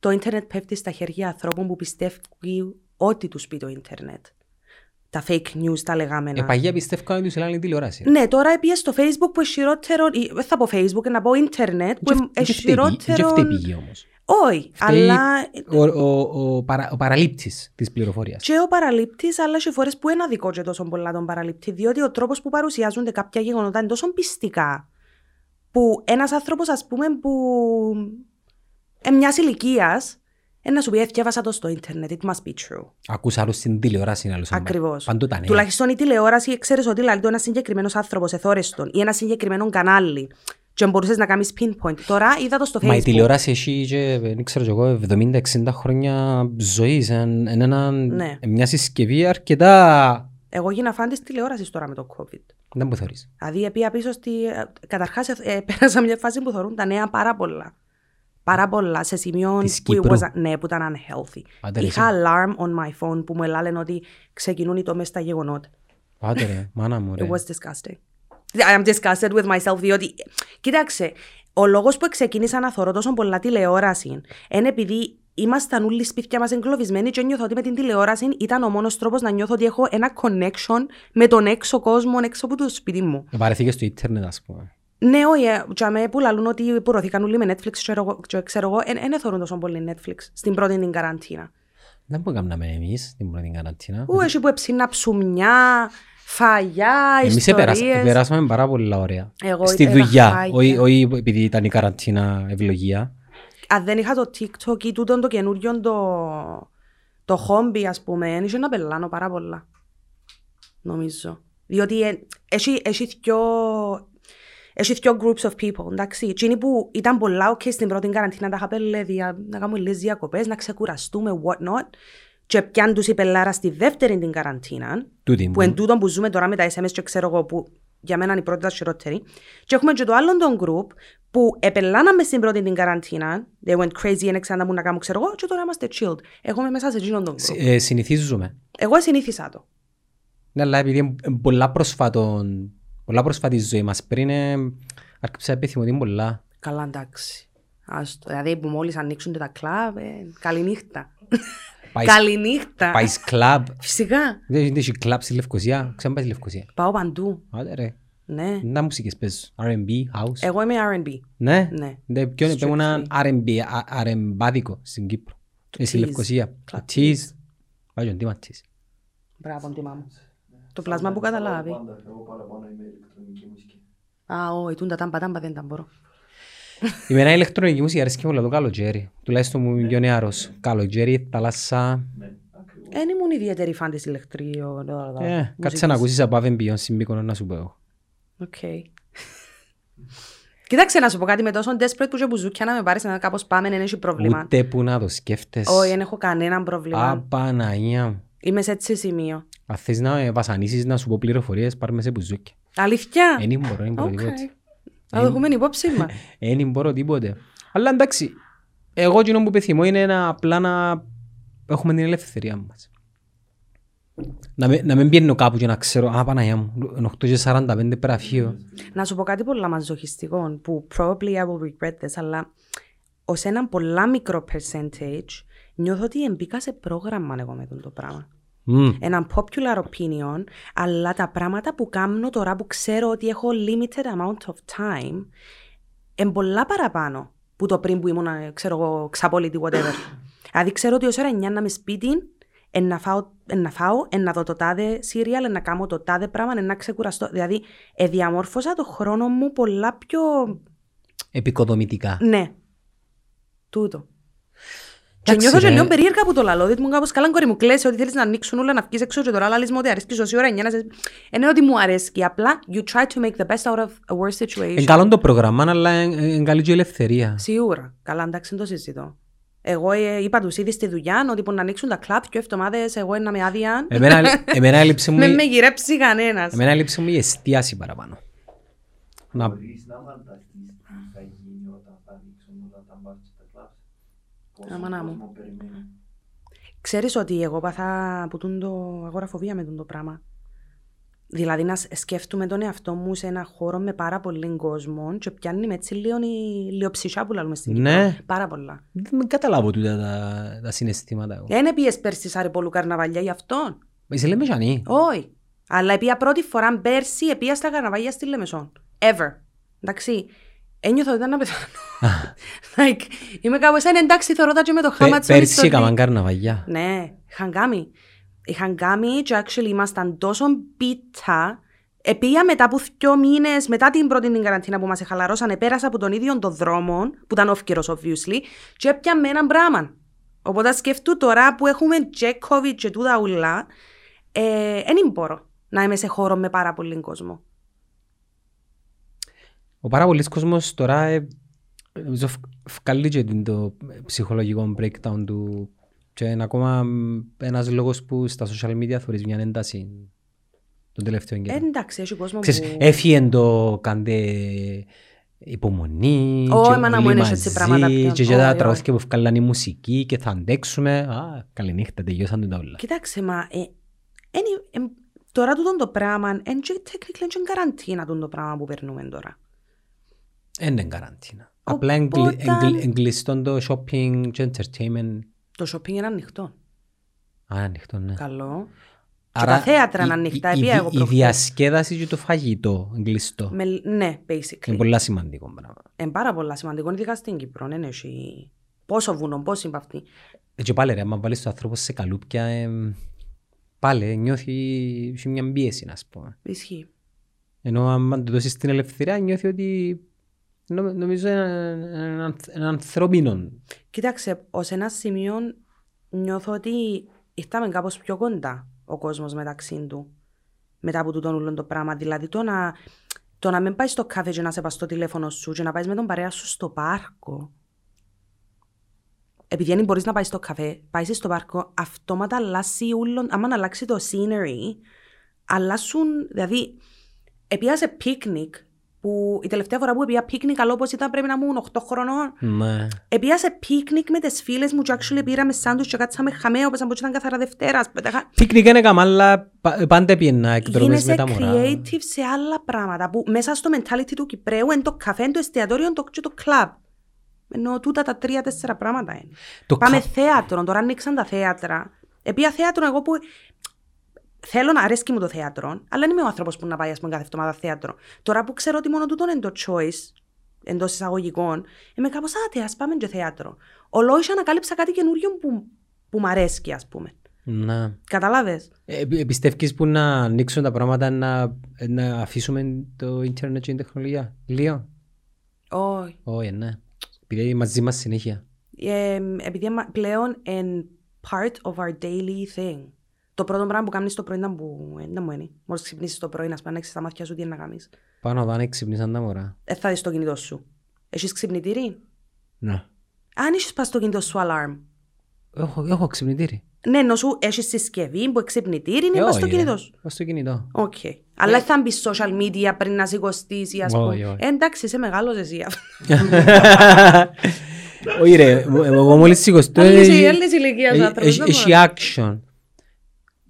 Το ίντερνετ πέφτει στα χέρια ανθρώπων που πιστεύουν ό,τι τους πει το ίντερνετ. Τα fake news, τα λεγάμενα. Ε, παγιά πιστεύω ότι τους ελάνε τηλεόραση. Ναι, τώρα πήγε στο facebook που είναι χειρότερο, ή, δεν θα πω facebook, να πω ίντερνετ που είναι Δεν χειρότερο. φταίει όμως. Όχι, Φταίει αλλά Ο, ο, ο, παρα, ο παραλήπτης της πληροφορίας. Ναι. και ο παραλήπτης, αλλά και φορές που είναι αδικό και τόσο πολλά τον παραλήπτη, διότι ο τρόπος που παρουσιάζονται κάποια γεγονότα είναι τόσο πιστικά, που ένας άνθρωπος, ας πούμε, που ε, μιας ηλικίας, να σου πει, «Ε, διάβασα το στο ίντερνετ, it must be true. Ακούς άλλους στην τηλεόραση να λούσαν. Ακριβώς. Παντού τα νέα. Τουλάχιστον η τηλεόραση, ξέρεις ότι λέει ένας συγκεκριμένος άνθρωπος εθόρεστον ή ένα συγκεκριμένο κανάλι. Και μπορούσες να κάνεις pinpoint. Τώρα είδα το στο Facebook. Μα η τηλεόραση έχει και, δεν ξέρω κι εγώ, 70-60 χρόνια ζωής. Είναι ένα, Ναι. μια συσκευή αρκετά... Εγώ γίνα φαν της τηλεόρασης τώρα με το COVID. Δεν μου θεωρείς. Δηλαδή, πήγα πίσω στη. Καταρχάς, πέρασα μια φάση που θεωρούν τα νέα πάρα πολλά. Πάρα πολλά σε σημείο Της που, Κύπρου. was- ναι, που ήταν unhealthy. Άντε ρε, Είχα alarm on my phone που μου ελάλεν ότι ξεκινούν οι τομές στα γεγονότα. Πάτε ρε, μάνα μου ρε. It was disgusting. I am disgusted with myself, διότι. Κοίταξε, ο λόγος που ξεκίνησα να θωρώ τόσο πολλά τηλεόραση είναι επειδή ήμασταν όλοι σπίτια μας εγκλωβισμένοι και νιώθω ότι με την τηλεόραση ήταν ο μόνος τρόπος να νιώθω ότι έχω ένα connection με τον έξω κόσμο, έξω από το σπίτι μου. Βαρεθήκες στο ίντερνετ ας πούμε. Ναι, όχι, ε, τζαμέ που λαλούν ότι πουρωθήκαν όλοι με Netflix, ξέρω εγώ- τζο- ξέρω εγώ, δεν εθωρούν τόσο πολύ Netflix στην πρώτη την καραντίνα. Δεν που έκαναμε εμείς την πρώτη καραντίνα. Ού, έχει που έψηνα ψουμιά, φαγιά, Εμείς επέρασα- ιστορίες. περάσαμε πάρα πολύ ωραία. Εγώ Στη έτρεχα δουλειά, χάκια. όχι- όχι επειδή ήταν η καραντίνα ευλογία. Αν δεν είχα το TikTok ή τούτο το καινούριο το, το χόμπι, ας πούμε, είχε να πελάνω πάρα πολλά. Νομίζω. Διότι ε, έχει, έχει δυο... Έχει δυο groups of people, εντάξει. Εκείνοι που ήταν πολλά, ok, στην πρώτη καραντίνα τα είχα πέλε, δια- να κάνουμε λίγες διακοπές, να ξεκουραστούμε, what not. Και πιάν τους η πελάρα στη δεύτερη την καραντίνα, Τούτη που εν μου. τούτον που ζούμε τώρα με τα SMS και ξέρω εγώ που για μένα είναι η πρώτη τα χειρότερη. Και έχουμε και το άλλο τον group που επελάναμε στην πρώτη την καραντίνα. They went crazy, είναι ξανά μου να κάνω ξέρω εγώ και τώρα είμαστε chilled. Εγώ είμαι μέσα σε εκείνον τον Συ- group. ε, Συνηθίζουμε. Εγώ συνήθισα το. Ναι, αλλά επειδή είναι πολλά προσφατών, πολλά προσφατή η ζωή μας, πριν ε, άρχισα να επιθυμώ πολλά. Καλά εντάξει. Άστο. Δηλαδή που μόλις ανοίξουν τα κλαμπ, ε, καληνύχτα. Πάεις, καληνύχτα. πάεις κλαμπ. Φυσικά. Δεν δεν έχεις κλαμπ στη Λευκοσία. Ξέρω πάει στη Λευκοσία. Πάω παντού. Άντε ρε. Ναι. Να μουσικές παίζω. R&B, house. Εγώ είμαι R&B. Ναι. Ε, ναι. Ναι. Ποιον Strictly. επέμουν έναν R&B, α- αρεμπάδικο στην Κύπρο. Ε, Στη Tease. Λευκοσία. Club Tease. Πάει και ο Ντίμας Tease. Μπράβο, αντιμά μου. Το πλάσμα που καταλάβει. Α, όχι, τούντα τάμπα τάμπα δεν τα μπορώ. Εμένα η ηλεκτρονική μουσική αρέσκει πολλά το καλοκαίρι. Τουλάχιστον μου είμαι πιο νεαρός. Καλοκαίρι, θάλασσα. Δεν ήμουν ιδιαίτερη φαν της ηλεκτρίου. Ε, κάτσε να ακούσεις από Avenged Beyond στην Μύκονο να σου πω εγώ. Οκ. Κοίταξε να σου πω κάτι με τόσο desperate που και μπουζούκια να με πάρεις να κάπως πάμε να έχει πρόβλημα. Ούτε που να το σκέφτεσαι. Όχι, δεν έχω κανένα πρόβλημα. Απαναγία μου. Είμαι σε έτσι σημείο. Αν θες να με βασανίσεις να σου πω πληροφορίες, πάρ' με σε μπουζούκια. Αλήθεια. Εν μπορώ, εν μπορώ Οκ. τίποτε. Να το έχουμε υπόψη μας. Εν μπορώ τίποτε. Αλλά εντάξει, εγώ εκείνο που επιθυμώ είναι να, απλά να έχουμε την ελευθερία μας. Να, με, να μην πιένω κάπου και να ξέρω, α Παναγιά μου, είναι 8.45 περαφείο. Να σου πω κάτι πολλά μαζοχιστικό που probably I will regret this, αλλά ως έναν πολλά μικρό percentage νιώθω ότι εμπήκα σε πρόγραμμα εγώ με τον το πράγμα. Μμμ. Ένα popular opinion, αλλά τα πράγματα που κάνω τώρα που ξέρω ότι έχω limited amount of time, είναι πολλά παραπάνω που το πριν που ήμουν, ε, ξέρω εγώ, ξαπόλυτη, whatever. δηλαδή ξέρω ότι ως ώρα 9 να είμαι σπίτι, εν να φάω, εν να, φάω εν να δω το τάδε serial, εν να κάνω το τάδε πράγμα, εν να ξεκουραστώ. Δηλαδή, ε, διαμόρφωσα το χρόνο μου πολλά πιο... Επικοδομητικά. Ναι. Τούτο. Και Εντάξει, νιώθω και ρε. λίγο περίεργα που το λαλώ, διότι μου κάπως καλά κόρη μου κλαίσαι ότι θέλεις να ανοίξουν όλα να βγεις έξω και τώρα λαλείς μου ότι αρέσκεις όση ώρα εννιά να σε... Ενώ ότι μου αρέσκει, απλά you try to make the best out of a worse Εν situation. καλό το πρόγραμμα, αλλά εν, εν καλή και η ελευθερία. Σίγουρα. Καλά, εντάξει, το συζητώ. Εγώ ε, είπα τους ήδη στη δουλειά ότι που να ανοίξουν τα κλαπ και εβδομάδες εγώ να με άδεια. Εμένα, εμένα έλειψε μου, με η- με γυρέψει κανένας. Ε, εμένα έλειψε μου η εστίαση παραπάνω. Να, Αμανά μου. Ξέρεις ότι εγώ παθα που τούν το αγοραφοβία με τούν το πράγμα. Δηλαδή να σ- σκέφτομαι τον εαυτό μου σε ένα χώρο με πάρα πολύ κόσμο και πιάνει με έτσι λίγο η λιοψυχιά που λέμε στην Ναι. Κύπρο. Πάρα πολλά. Δεν καταλάβω τούτα τα, τα συναισθήματα. εγώ. Δεν πήγες πέρσι σάρι πολλού καρναβαλιά γι' αυτόν. Μα Είσαι λέμε Ζανή. Όχι. Αλλά επία πρώτη φορά πέρσι, επία στα καρναβάλια στη Λεμεσόν. Ever. Εντάξει. Ένιωθα ότι ήταν να <laughs> πεθάνω. like, είμαι κάπου εσένα εντάξει, θεωρώ τα και με το χάμα της όλης Ε, Πέρσι ιστορίας. έκαναν καρναβαγιά. Ναι, είχαν κάνει. Είχαν κάνει και actually ήμασταν τόσο πίτα. Επία μετά από δύο μήνες, μετά την πρώτη την καραντίνα που μας χαλαρώσανε, πέρασα από τον ίδιο τον δρόμο, που ήταν όφκυρο obviously, και έπιαμε έναν πράγμα. Οπότε σκεφτού τώρα που έχουμε και COVID και τούτα ουλά, ε, δεν μπορώ να είμαι σε χώρο με πάρα πολύ κόσμο. Ο πάρα πολλής κόσμος τώρα ε, νομίζω φ- βγάλει και την- το ψυχολογικό breakdown του και είναι ακόμα μ, ένας λόγος που στα social media θεωρείς μια ένταση τον τελευταίο Ε, καιρό. εντάξει, έχει κόσμο Ναι. Ξέρεις, ε, που... έφυγε το κάντε υπομονή Ω, και εμένα όλοι μου είναι έτσι πράγματα μαζί πια. και για Ω, τα ω. τραγούδια που βγάλαν η μουσική και θα αντέξουμε. Α, καληνύχτα, τελειώσαν τα όλα. Κοιτάξτε, μα ε, εν, ε, τώρα τούτο το πράγμα, εν και technically εν και καραντίνα τούτο το πράγμα που περνούμε τώρα. Δεν είναι καραντίνα. Ε, Απλά Οπότε- εγκλειστών το shopping και entertainment. Το shopping είναι ανοιχτό. Α, ανοιχτό, ναι. Καλό. τα θέατρα είναι η- ανοιχτά, η- επειδή η- εγώ Η προχθές. διασκέδαση και το φαγητό εγκλειστό. Με, ναι, Είναι basically. πολύ σημαντικό πράγμα. Είναι πάρα πολλά σημαντικό, ειδικά στην Κύπρο. Ναι, ναι, έχει... Πόσο βουνό, πόσο είναι αυτή. Ε, Και πάλι ρε, άμα βάλεις τον άνθρωπο σε καλούπια, εμ, πάλι ε, νιώθει έχει μια πίεση, να πούμε. Ισχύει. Ενώ αν του δώσεις την ελευθερία, νιώθει ότι νο- νομίζω είναι ένα- ένα ανθρώπινο. Κοίταξε, ως ένα σημείο νιώθω ότι ήρθαμε κάπως πιο κοντά ο κόσμος μεταξύ του μετά από τούτον όλο το πράγμα. Δηλαδή το να, το να μην πάεις στο καφέ και να σε πας στο τηλέφωνο σου και να πάεις με τον παρέα σου στο πάρκο. Επειδή αν μπορείς να πάεις στο καφέ, πάεις στο πάρκο, αυτόματα αλλάζει όλον. Άμα να αλλάξει το scenery, αλλάσουν. Δηλαδή, επίασε πίκνικ που η τελευταία φορά που πήγα πίκνικ, αλλά όπως ήταν πρέπει να ήμουν 8 χρονών, Ναι. Επίασε πίκνικ με τις φίλες μου και actually πήραμε σάντουιτς και κάτσαμε χαμέο, όπως αν πως, και ήταν καθαρά Δευτέρας. Πέταγα- Πίκνικ είναι καμά, αλλά πα- πάντα πιένα εκδρομές Γίνεσαι με τα μωρά. creative σε άλλα πράγματα που μέσα στο mentality του Κυπρέου είναι το καφέ, το εστιατόριο το, και το κλαμπ. Ενώ τούτα τα τρία-τέσσερα πράγματα είναι. Το Πάμε κα- θέατρο, τώρα ανοίξαν τα θέατρα. Επία θέατρο εγώ που θέλω να αρέσκει μου το θέατρο, αλλά δεν είμαι ο άνθρωπος που να πάει ας πούμε, κάθε εβδομάδα θέατρο. Τώρα που ξέρω ότι μόνο τούτο είναι το choice, εντός εισαγωγικών, είμαι κάπως άτε, ας πάμε και θέατρο. Ολόγησα ανακάλυψα κάτι καινούριο που, που μ' αρέσκει, ας πούμε. Ναι. Καταλάβες. Ε, πι- πιστεύεις που να ανοίξουν τα πράγματα να, να αφήσουμε το ίντερνετ και την τεχνολογία. Λίγο. Όχι. Όχι, ναι. Επειδή είναι μαζί μας συνέχεια. Ε, επειδή μα- πλέον είναι part of our daily thing. Το πρώτο πράγμα που κάνεις το πρωί να μου, να μου είναι. Μόλις ξυπνήσεις το πρωί, να σου ανοίξεις τα μάτια σου, τι είναι να κάνεις. Πάνω δάνε ξυπνήσαν τα μωρά. ε, θα δεις το κινητό σου. Έχεις ξυπνητήρι. Ναι. Αν έχεις πάει στο κινητό σου alarm. Έχω, έχω ξυπνητήρι. Ε, Ναι, ενώ σου έχεις συσκευή που ξυπνητήρι είναι Ε, πας στο όχι, κινητό σου. Πας στο κινητό. <laughs> Οκ. Αλλά θα μπεις social media πριν να σηκωστείς ή ας Όχι, πούμε. όχι. Ε, εντάξει, είσαι μεγάλος εσύ. Όχι ρε, εγώ- εγώ μόλις σηκωστώ... Αν <laughs> είσαι ε, Έλληνες ηλικίας ε, άνθρωπος, έχει- δεν Έχει μπορώ. action.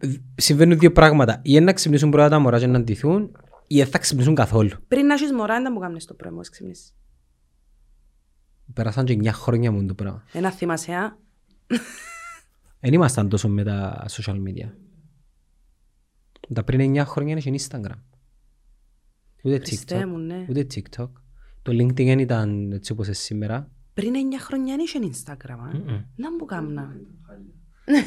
Δ- Συμβαίνουν δύο πράγματα. Ή να ξυπνήσουν πρώτα τα μωρά και να ντυθούν, ή δεν θα ξυπνήσουν καθόλου. Πριν να έχεις μωρά, δεν θα μου κάνεις το πρωί μόλις ξυπνήσεις. Περάσαν και 9 χρόνια μου το πράγμα. Ένα θυμάσαι, α. Δεν ήμασταν τόσο με τα social media. Τα πριν 9 χρόνια είναι και Instagram. Ούτε Χριστέ TikTok, μου, ναι. ούτε TikTok. Το LinkedIn δεν ήταν έτσι όπως είναι σήμερα. Πριν 9 χρόνια είχε Instagram, α. Μμμ. Να μου <laughs> κάμνα. Ναι,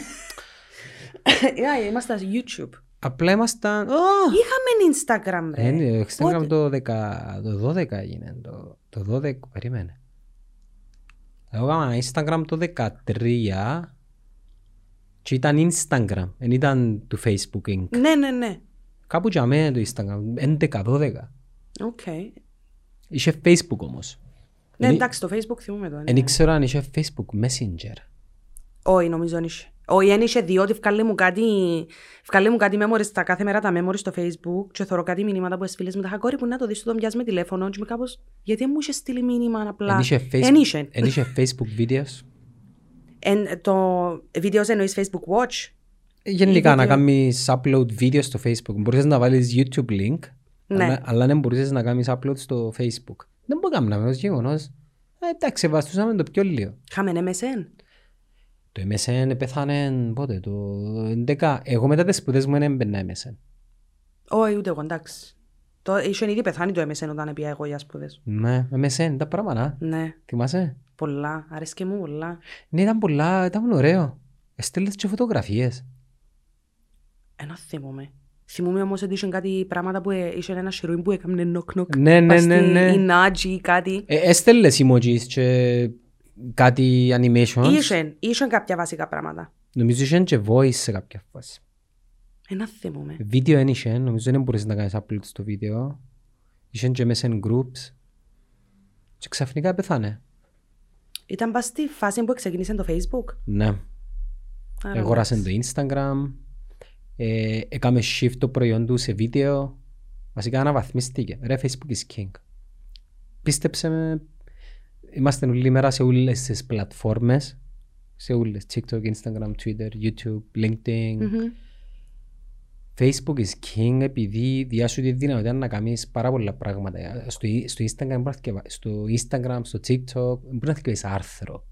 Είμαστε YouTube. Απλά ήμασταν... «Ω, Είχαμε Instagram, ρε. Ε, ναι, Instagram Πότε? το, 10, το 12 έγινε. Το, το 12, περίμενε. Εγώ έκανα Instagram το 13 και ήταν Instagram, δεν ήταν του Facebook Inc. Ναι, ναι, ναι. Κάπου για μένα το Instagram, 11-12. Οκ. Είχε Facebook όμως. Ναι, Εν- εντάξει, το Facebook θυμούμε το. ναι. Δεν ήξερα αν είχε Facebook Messenger. Όχι, νομίζω αν είσαι. Όχι, αν είσαι, διότι βγάλει μου κάτι, βγάλει μου κάτι memories τα κάθε μέρα τα memories στο facebook και θωρώ κάτι μηνύματα που εσφίλες μου τα χακόρι που να το δεις το πιάσει με τηλέφωνο και με κάπως γιατί δεν μου είχες στείλει μήνυμα απλά. Εν είχε Εν είχε. Facebook, εν είχε Facebook videos. Εν, το βίντεο εννοείς facebook watch. Γενικά <laughs> Ή να βίντεο. κάνεις upload βίντεο στο facebook. Μπορείς να βάλεις YouTube link, Ναι. αλλά, αλλά δεν μπορείς να κάνεις upload στο facebook. Δεν μπορούμε να κάνουμε ως γεγονός. Ε, εντάξει, βαστούσαμε το πιο λίγο. Είχαμε MSN. Το MSN πέθανε πότε, το 11. Εγώ μετά τις σπουδές μου δεν έμπαινα MSN. Όχι, ούτε εγώ, εντάξει. Το, ήσουν ήδη πεθάνει το MSN όταν πήγα εγώ για σπουδές. Ναι, MSN, τα πράγματα. Ναι, Θυμάσαι. πολλά. Αρέσκε μου πολλά. Ναι, ήταν πολλά, ήταν ωραίο. Στέλνες και φωτογραφίες. Ένα θυμούμαι. Θυμούμαι όμως ότι ήσουν κάτι πράγματα που ε, ήσουν ένα σιρούιν που έκανε νοκ-νοκ. Ναι, ναι, ναι, ναι. Η Νάτζη ή κάτι. Ε, έστελες emojis και κάτι animations. Ήσουν, ήσουν κάποια βασικά πράγματα. Νομίζω είχε και voice σε κάποια φάση. Ένα θυμούμαι. Βίντεο δεν είχε, νομίζω δεν μπορείς να κάνεις upload στο βίντεο. Είχε και MSN groups. Και ξαφνικά πεθάνε. Ήταν πας στη φάση που ξεκίνησε το Facebook. Ναι. Άρα, Εγόρασε το εντάξει. Instagram. Ε, έκαμε shift το προϊόν του σε βίντεο. Βασικά αναβαθμίστηκε. Ρε Facebook is king. Πίστεψε με. Είμαστε όλη μέρα σε όλες τις πλατφόρμες. Σε όλες. TikTok, Instagram, Twitter, YouTube, LinkedIn. Μμμ. Facebook is king επειδή διάσου τη δυνατότητα να κάνεις πάρα πολλά πράγματα. Στο, στο Instagram, μπορείς να θκευα- στο, Instagram, στο TikTok, μπορείς να θυκευάσεις άρθρο.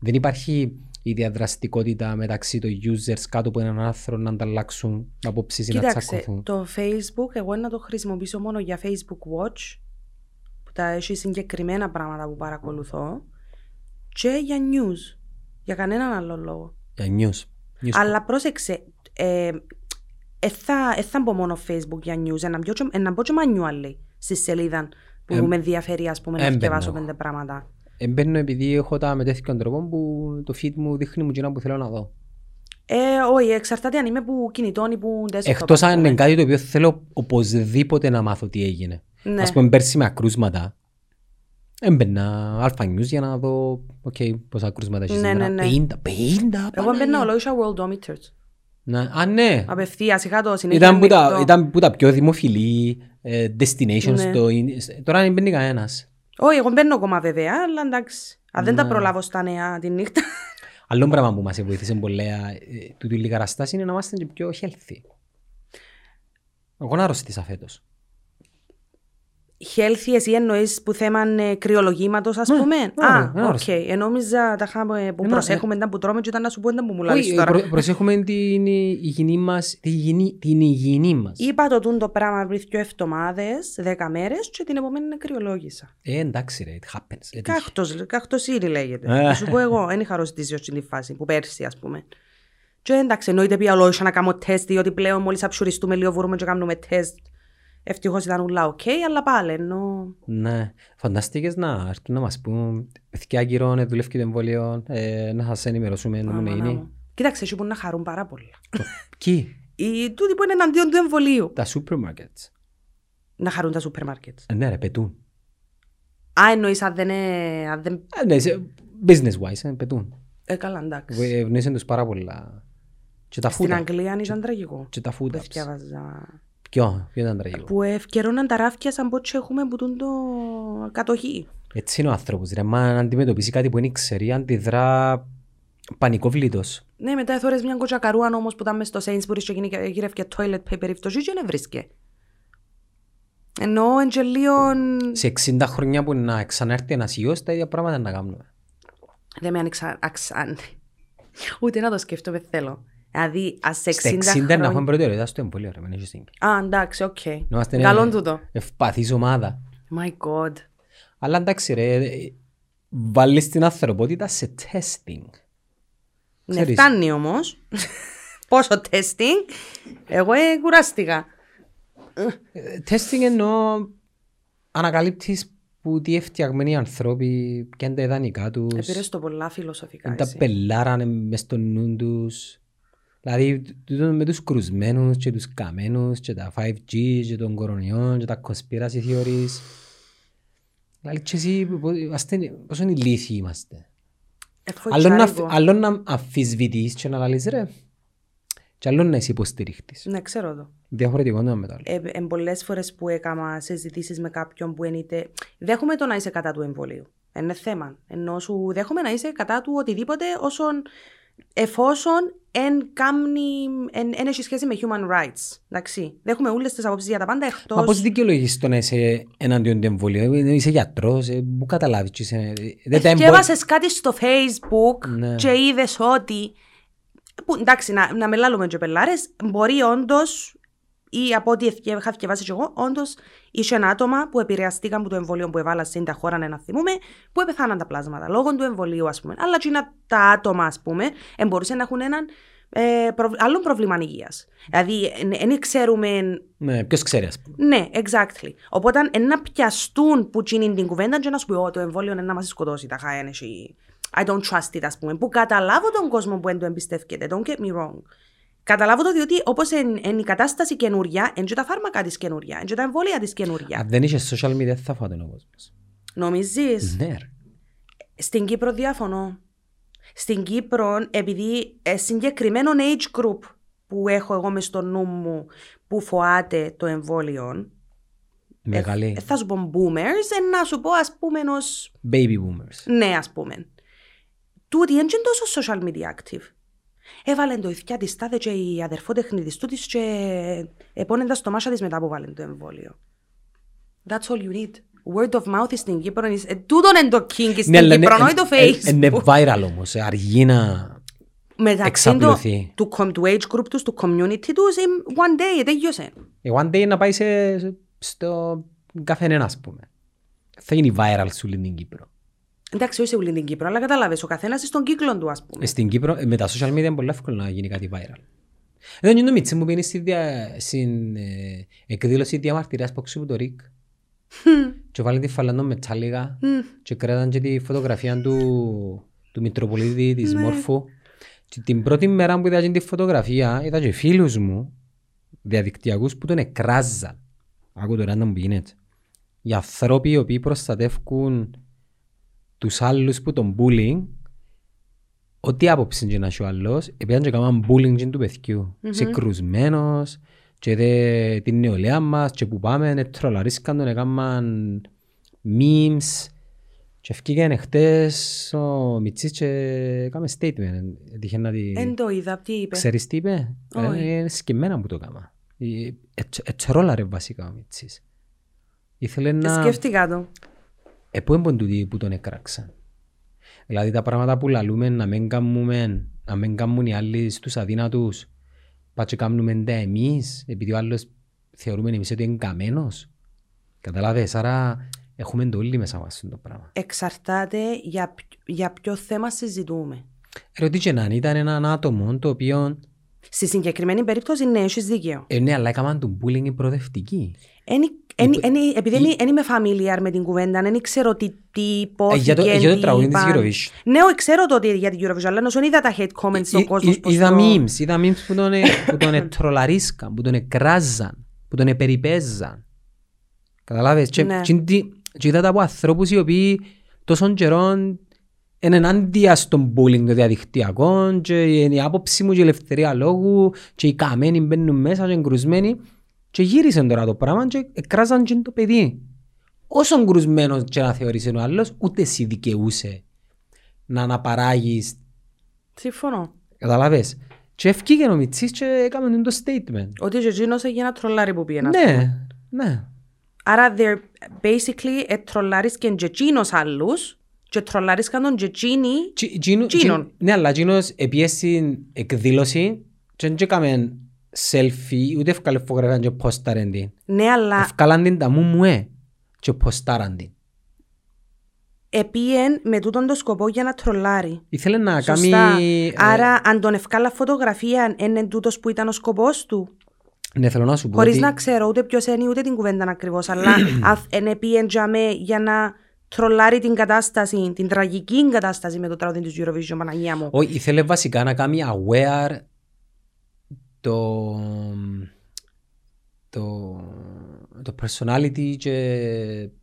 Δεν υπάρχει η διαδραστικότητα μεταξύ των users κάτω από έναν άρθρο να ανταλλάξουν απόψεις ή να Κοίταξε, τσακωθούν. το Facebook εγώ να το χρησιμοποιήσω μόνο για Facebook Watch που τα έχει συγκεκριμένα πράγματα που παρακολουθώ και για news, για κανέναν άλλο λόγο. Για news. news. Αλλά πρόσεξε, ε, ε, θα, ε, θα μπω μόνο Facebook για news, ε, να, μπω και, ε, να μπω και manually στη σελίδα που Ε, με ενδιαφέρει ας πούμε να έμπαινω. διαβάσω πέντε πράγματα. Εμπαίνω επειδή έχω τα με τέτοιον τρόπο που το feed μου δείχνει μου εκείνα που θέλω να δω. Ε, όχι, εξαρτάται αν είμαι που κινητών ή που desktop. Εκτός ας αν πούμε. είναι κάτι το οποίο θέλω οπωσδήποτε να μάθω τι έγινε. Ναι. Ας πούμε πέρσι με ακρούσματα Έμπαινα αλφα νιούς για να δω Οκ, πόσα ακρούσματα έχει Ναι, σήμερα ναι, ναι. 50, 50 Εγώ έμπαινα Παναγία. ολόγησα Worldometers. Ναι, Α, ναι Απευθείας, είχα το συνέχεια Ήταν που τα- ναι, ανοιχτό. Ήταν που τα πιο δημοφιλή ε, Destinations Ναι. στο in- Τώρα δεν μπαίνει κανένας Όχι, εγώ μπαίνω ακόμα βέβαια, αλλά εντάξει. Αν δεν τα Ναι. προλάβω στα νέα τη νύχτα. <laughs> Άλλο πράγμα που μας βοήθησε πολλά ε, του τη λιγαραστάς είναι να είμαστε και πιο healthy Εγώ να αρρωστήσα φέτος Healthy, εσύ εννοείς που θέμα ε, κρυολογήματος, ας Ναι, πούμε. ναι, Α, ναι, ναι, οκ. Ενόμιζα τα χάμε που Ναι, προσέχουμε, ήταν που τρώμε και ήταν να σου πω ήταν που μου λαλείς Όχι, ε, τώρα. προ- Προσέχουμε την υγιεινή μας Την υγιεινή- την υγιεινή μας Είπα το τούν το πράγμα πριν δύο εβδομάδες, δέκα μέρες και την επόμενη κρυολόγησα. Ε, εντάξει ρε, it happens Ε, Έτυχε. Κάχτος, καχτοσύρι λέγεται. Ε. Θα σου πω εγώ, δεν είχα αρρωστήσει ως την φάση που πέρσι ας πούμε. Και εντάξει, εννοείται πια λόγια να κάνω τεστ, διότι πλέον μόλις αψουριστούμε λίγο μπορούμε και κάνουμε τεστ. Ευτυχώς ήταν ούλα οκ, αλλά πάλι εννοώ... Ναι. Φανταστήκες να έρθουν να μας πούν «Θεκιά γύρω, δουλεύει το εμβόλιο, ε, να σας ενημερώσουμε να μην Αμανά γίνει». μου. Κοίταξε, εσύ μπορεί να χαρούν πάρα πολύ. Κι, Οι τούτοι που είναι εναντίον του εμβολίου. τα σούπερ μάρκετς. Να χαρούν τα σούπερ μάρκετ. Ε, Ναι ρε, πετούν. Α, εννοείς αν δεν είναι... Αν δεν... Ε, Ναι, σε- business wise, ε, πετούν. Ε, καλά, εντάξει. Βε- Ευνοήσαν τους πάρα πολλά. Και τα Στην φούτα. Αγγλία αν ήταν τραγικό. Και τα φούτα. Που θκιάβαζα. Ποιο, ποιο ήταν τραγικό. Που ευκαιρώναν τα ράφια σαν πως έχουμε που τούν το κατοχή. Έτσι είναι ο άνθρωπος ρε. Μα αν αντιμετωπίσει κάτι που δεν ξέρει, αντιδρά πανικόβλητος. Ναι, μετά έθωρες μια κοτσακαρούαν όμως που ήταν μες στο Sainsbury's και γίνει- γύρευκε toilet paper ευτοχή και δεν βρίσκε. Εννοώ εν και λίον... Σε 60 χρόνια που να ξανάρθει ένας ιός, τα ίδια πράγματα να κάνουμε. Δεν με άνοιξαν... Αξαν... Ούτε να το σκέφτομαι θέλω. Δηλαδή, ας σε 60, Στα 60 χρόνια... να έχουμε προτεραιότητα στο εμβόλιο ρε, μην έχεις δίκιο. Α, εντάξει, οκ. Okay. Να είμαστε Καλό ε, τούτο. ευπαθής ομάδα. My God. Αλλά εντάξει ρε, ε, βάλεις την ανθρωπότητα σε testing. Ναι, Ξέρεις. φτάνει όμως. <laughs> Πόσο testing. Εγώ ε, κουράστηκα. Ε, Testing εννοώ ανακαλύπτεις που τι έφτιαγμένοι οι ανθρώποι, ποια είναι τα ιδανικά τους, Επήρε το πολλά φιλοσοφικά. ποια τα εσύ. πελάρανε μες στο νου τους. Δηλαδή τούτο με τους κρουσμένους και τους καμένους και τα 5G και των κορονοϊών και τα conspiracy theories. Δηλαδή και εσύ πο- αστε- πόσο ηλίθιοι είμαστε. Άλλο να, Εφοητσάρικο. άλλο να αμφισβητείς και να λαλείς ρε. Και άλλο να είσαι υποστηρίχτης. Ναι, ξέρω το. Διαφορετικό είναι το μετάλλο. Ε, ε, Πολλές φορές που έκανα συζητήσει με κάποιον που ενείται. Δέχομαι το να είσαι κατά του εμβολίου. Είναι θέμα. Ενώ σου δέχομαι να είσαι κατά του οτιδήποτε όσον εφόσον εν κάμνη, εν, εν έχει σχέση με human rights. Εντάξει. Δέχομαι όλες τις απόψεις για τα πάντα εκτός. Μα πώς δικαιολογείς το να είσαι εναντίον του εμβολίου, ε, είσαι γιατρός, ε, που καταλάβεις. Είσαι, ε, δεν τα εμβόλια. Διέβασε κάτι στο Facebook Ναι. και είδες ότι. Που, εντάξει, να, να μελάλουμε και πελάρες. Μπορεί όντως, ή από ό,τι ευκαι- είχα διαβάσει κι εγώ, όντως είχε ένα άτομα που επηρεαστήκαν από το εμβόλιο που εβάλα στην τα χώρα, να θυμούμε, που επεθάναν τα πλάσματα λόγω του εμβολίου, ας πούμε. Αλλά τσίνα τα άτομα, ας πούμε, ε, μπορούσε να έχουν έναν ε, προ, άλλον πρόβλημα υγείας. Δηλαδή, δεν ξέρουμε Ναι, ποιος ξέρει, ας πούμε. ναι, exactly. Οπότε εν να πιαστούν που τσίνουν την κουβέντα και να σου πει «Ω, το εμβόλιο είναι να μας σκοτώσει τα χάεν εσύ. I don't trust it, ας πούμε. Που καταλάβω τον κόσμο που δεν το εμπιστεύκεται. Don't get me wrong. Καταλάβω το διότι όπως εν, εν η κατάσταση καινούρια, εν και τα φάρμακα της καινούρια, εν και τα εμβόλια της καινούρια. Αν δεν είσαι social media, θα φάτουν ο κόσμο. Νομίζεις, Ναι, ρε. στην Κύπρο διάφωνο. Στην Κύπρο, επειδή ε, συγκεκριμένο age group που έχω εγώ μες στο νου μου που φοάται το εμβόλιο, Μεγάλη. Ε, θα σου πω boomers, ε, να σου πω ας πούμε ως Baby boomers. ναι ας πούμε. Τούτη δεν είναι τόσο social media active. Έβαλε το ηθιά της τάδε και η αδερφότεχνη της τούτης και επώνεντα το μάσα της μετά που βάλε το εμβόλιο. That's all you need. Word of mouth is στην Κύπρο. is- Ε, τούτον είναι το king στην Ναι, αλλά Κύπρο, όχι το ε, ε, Είναι facebook. viral όμω. Αργεί να. Μεταξύ το- εξαπλωθεί. του, com- του age group τους, του community τους, ε, one day, ε, τέλειωσε. Ε, One day να πάει σε, στο καφενένα, ας πούμε. Θα γίνει viral σε όλη την Κύπρο. Εντάξει, όχι σε όλη την Κύπρο, αλλά καταλάβες, ο καθένας στον κύκλο του, ας πούμε. Ε, Στην Κύπρο, ε, με τα social media είναι πολύ εύκολο να γίνει κάτι viral. Εδώ είναι το Μίτσι μου πήγαινε στη δια, στην ε, εκδήλωση διαμαρτυρίας που ξύπου το Ρικ. και βάλει τη φαλανό με τσάλιγα και κράταν και τη φωτογραφία του, του Μητροπολίτη της Μόρφου. Και την πρώτη μέρα που είδα και τη φωτογραφία είδα και φίλους μου διαδικτυακούς που τον εκράζαν. Άκου τώρα να μου γίνεται. Οι ανθρώποι οι οποίοι προστατεύουν τους άλλους που τον bullying ό,τι άποψη και να έχει ο άλλος, επειδή και κάναν bullying και του παιδιού. Συγκρουσμένος, και δε, την νεολαία μας, και που πάμε, ε, τρολαρίσκαν τον, έκαναν memes. Και ευκήγαν χτες ο Μιτσής και έκαμε statement. Έτυχε να τη... Εν το είδα, τι είπε. Ξέρεις τι είπε, Ε, Όχι. είναι σκεμμένα που το έκανα. Ε, ετ- Ετσρόλαρε βασικά ο Μιτσής. Ήθελε να... Σκέφτηκα το. Ε, πού έμπον τούτοι που τον έκραξαν. Δηλαδή τα πράγματα που λαλούμε να μην κάνουμε, να μην κάνουν οι άλλοι στους αδύνατους, πάτσε κάνουμε τα εμείς, επειδή ο άλλος θεωρούμε εμείς ότι είναι καμένος. Καταλάβες, άρα έχουμε το όλοι μέσα μας αυτό το πράγμα. Εξαρτάται για, ποι- για ποιο θέμα συζητούμε. Ερωτήκε να αν ήταν έναν άτομο το οποίο, Στη συγκεκριμένη περίπτωση, ναι, έχεις δίκαιο. ε, ναι, αλλά έκαναν τον bullying οι προοδευτικοί. Ένι- ένι- ένι- Επειδή δεν είμαι familiar με την κουβέντα, δεν ξέρω τι Ε, υπόθηκε. για το- για το τραγούδι της Eurovision. Ναι, ο- ξέρω το ότι για την Eurovision, αλλά ενώ είδα τα hate comments Ή- στον κόσμο. ή- πως Ε, Είδα το- memes, είδα memes που τον, ε- που <laughs> τον ετρολαρίσκαν, που τον εκράζαν, που τον επεριπέζαν. Καταλάβες, και, Ναι. και, τι- και είδα τα από ανθρώπους οι οποίοι τόσων καιρών είναι ενάντια στον bullying των διαδικτυακών και η η άποψή μου και η ελευθερία λόγου και οι καμένοι μπαίνουν μέσα και εγκρουσμένοι και γύρισαν τώρα το πράγμα και εκράζαν και το παιδί. Όσο εγκρουσμένος και να θεωρήσει ο άλλος, ούτες εσύ δικαιούσε να αναπαράγεις Συμφωνώ. Καταλάβες. Και ευκήγε ο Μιτσής και έκαμε το statement. Ότι ο Τζίνο έγινε ένα τρολάρι που πήγαινε. Ναι, ναι. Άρα, they're basically ε, τρολάρισκαν και Τζίνος άλλους και τρολάρισκαν τον και Τζίνι. Τζι- τζίνου- Τζίνον. τζιν- Ναι, αλλά Τζίνος επίεσε στην εκδήλωση και δεν έκαμε selfie, ούτε ευκάλε φωτογραφία και πόσταραν την. Ναι, αλλά Ευκάλαν την τα μου μου ε και πόσταραν την. επίεν με τούτον το σκοπό για να τρολάρει. Ήθελε να κάνει... Σωστά. ε, Άρα, αν τον ευκάλα φωτογραφία, είναι τούτος που ήταν ο σκοπός του. Ναι, θέλω να σου πω Χωρίς ότι... να ξέρω ούτε ποιος είναι ούτε την κουβέντα ακριβώς. <clears throat> Αλλά αν είναι πιέντζαμε για να τρολάρει την κατάσταση, την τραγική κατάσταση με το τραγούδι του Eurovision, Παναγία μου. Όχι, ήθελε βασικά να κάνει aware το, το, το personality και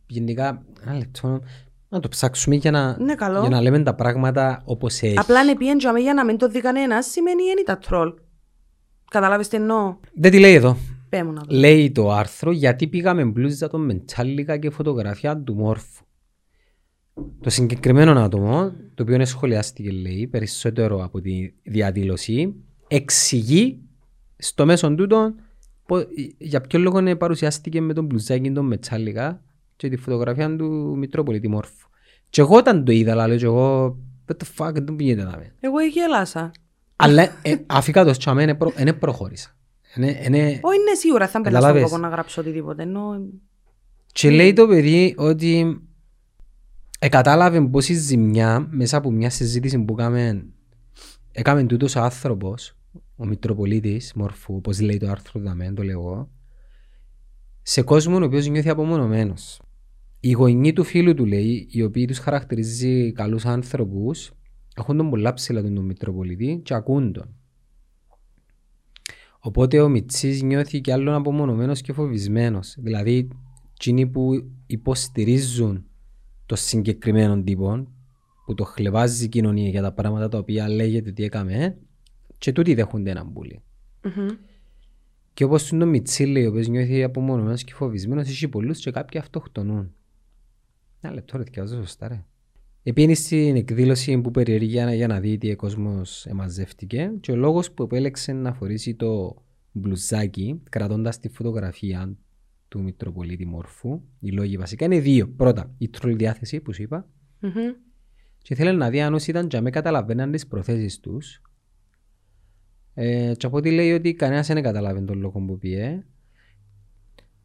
γενικά ένα λεπτό να το ψάξουμε για να, Ναι, καλό. για να λέμε τα πράγματα όπως έχει. Απλά αν πιέντζαμε για να μην το δει κανένας, σημαίνει είναι τα τρολ. Κατάλαβε τι εννοώ. Δεν τη λέει εδώ. Πε μου να δω. Λέει το άρθρο γιατί πήγαμε μπλούζα των Μεντσάλικα και φωτογραφία του Μόρφου. Το συγκεκριμένο άτομο, το οποίο σχολιάστηκε λέει περισσότερο από τη διαδήλωση, εξηγεί στο μέσον τούτο πο- για ποιο λόγο ε, παρουσιάστηκε με τον μπλουζάκι τον Μετσάλικα και τη φωτογραφία του Μητρόπολη, τη Μόρφου. Και εγώ όταν το είδα, λέω και εγώ, what the fuck, δεν πήγαινε να με. Εγώ γέλασα. Αλλά ε, αφήκα το τσάμε, δεν προ, ε, εν προχώρησα. Ε, ε, ε, Όχι, είναι σίγουρα, θα μπαίνω στον Καταλάβες. κόπο να γράψω οτιδήποτε. Ενώ... Και λέει το παιδί ότι ε, εκατάλαβε πόση ζημιά μέσα από μια συζήτηση που έκαμε, έκαμε τούτος ο άνθρωπος, ο Μητροπολίτης Μορφού, όπως λέει το άρθρο του Δαμέν, το λέω εγώ, σε κόσμο ο οποίος νιώθει απομονωμένος. Οι γονεί του φίλου του, λέει, οι οποίοι τους χαρακτηρίζει καλούς άνθρωπους, έχουν τον πολλά ψηλά τον, τον Μητροπολίτη και ακούν τον. Οπότε ο Μιτσής νιώθει κι άλλον απομονωμένος και φοβισμένος. Δηλαδή, εκείνοι που υποστηρίζουν το συγκεκριμένο τύπο, που το χλεβάζει η κοινωνία για τα πράγματα τα οποία λέγεται τι έκαμε, και τούτοι δέχονται έναν πουλί. Μμμ. Και όπως είναι το Μιτσί λέει, ο οποίος νιώθει απομονωμένος και φοβισμένος, έχει πολλούς και κάποιοι αυτοκτονούν. Ένα λεπτό, ρε, διαβάζω σωστά, ρε. Επίνει στην εκδήλωση που περιέργει για να, για να δει τι ο κόσμος εμαζεύτηκε και ο λόγος που επέλεξε να φορήσει το μπλουζάκι κρατώντας τη φωτογραφία του Μητροπολίτη Μόρφου, οι λόγοι βασικά είναι δύο. Πρώτα, η τρολ διάθεση που σου είπα Μμμ. και ήθελε να δει αν όσοι ήταν και με καταλαβαίναν τις προθέσεις τους ε, και από ό,τι λέει ότι κανένας δεν καταλάβει τον λόγο που πήγε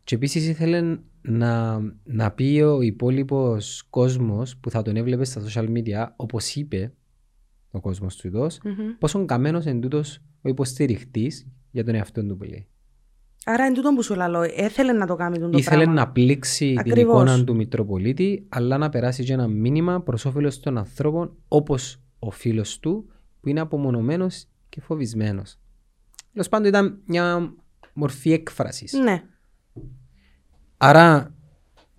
και επίσης ήθελε να, να πει ο υπόλοιπος κόσμος που θα τον έβλεπε στα social media όπως είπε ο κόσμος του ειδός Μμμ. πόσον καμένος εν τούτος ο υποστηριχτής για τον εαυτό του που λέει. Άρα είναι τούτο που σου λαλώ. Έθελε να το κάνει τον το Ήθελε πράγμα. να πλήξει την Ακριβώς. εικόνα του Μητροπολίτη, αλλά να περάσει και ένα μήνυμα προς όφελος των ανθρώπων, όπως ο φίλος του, που είναι απομονωμένος και φοβισμένος. Τέλος πάντων, ήταν μια μορφή έκφρασης. Ναι. Άρα,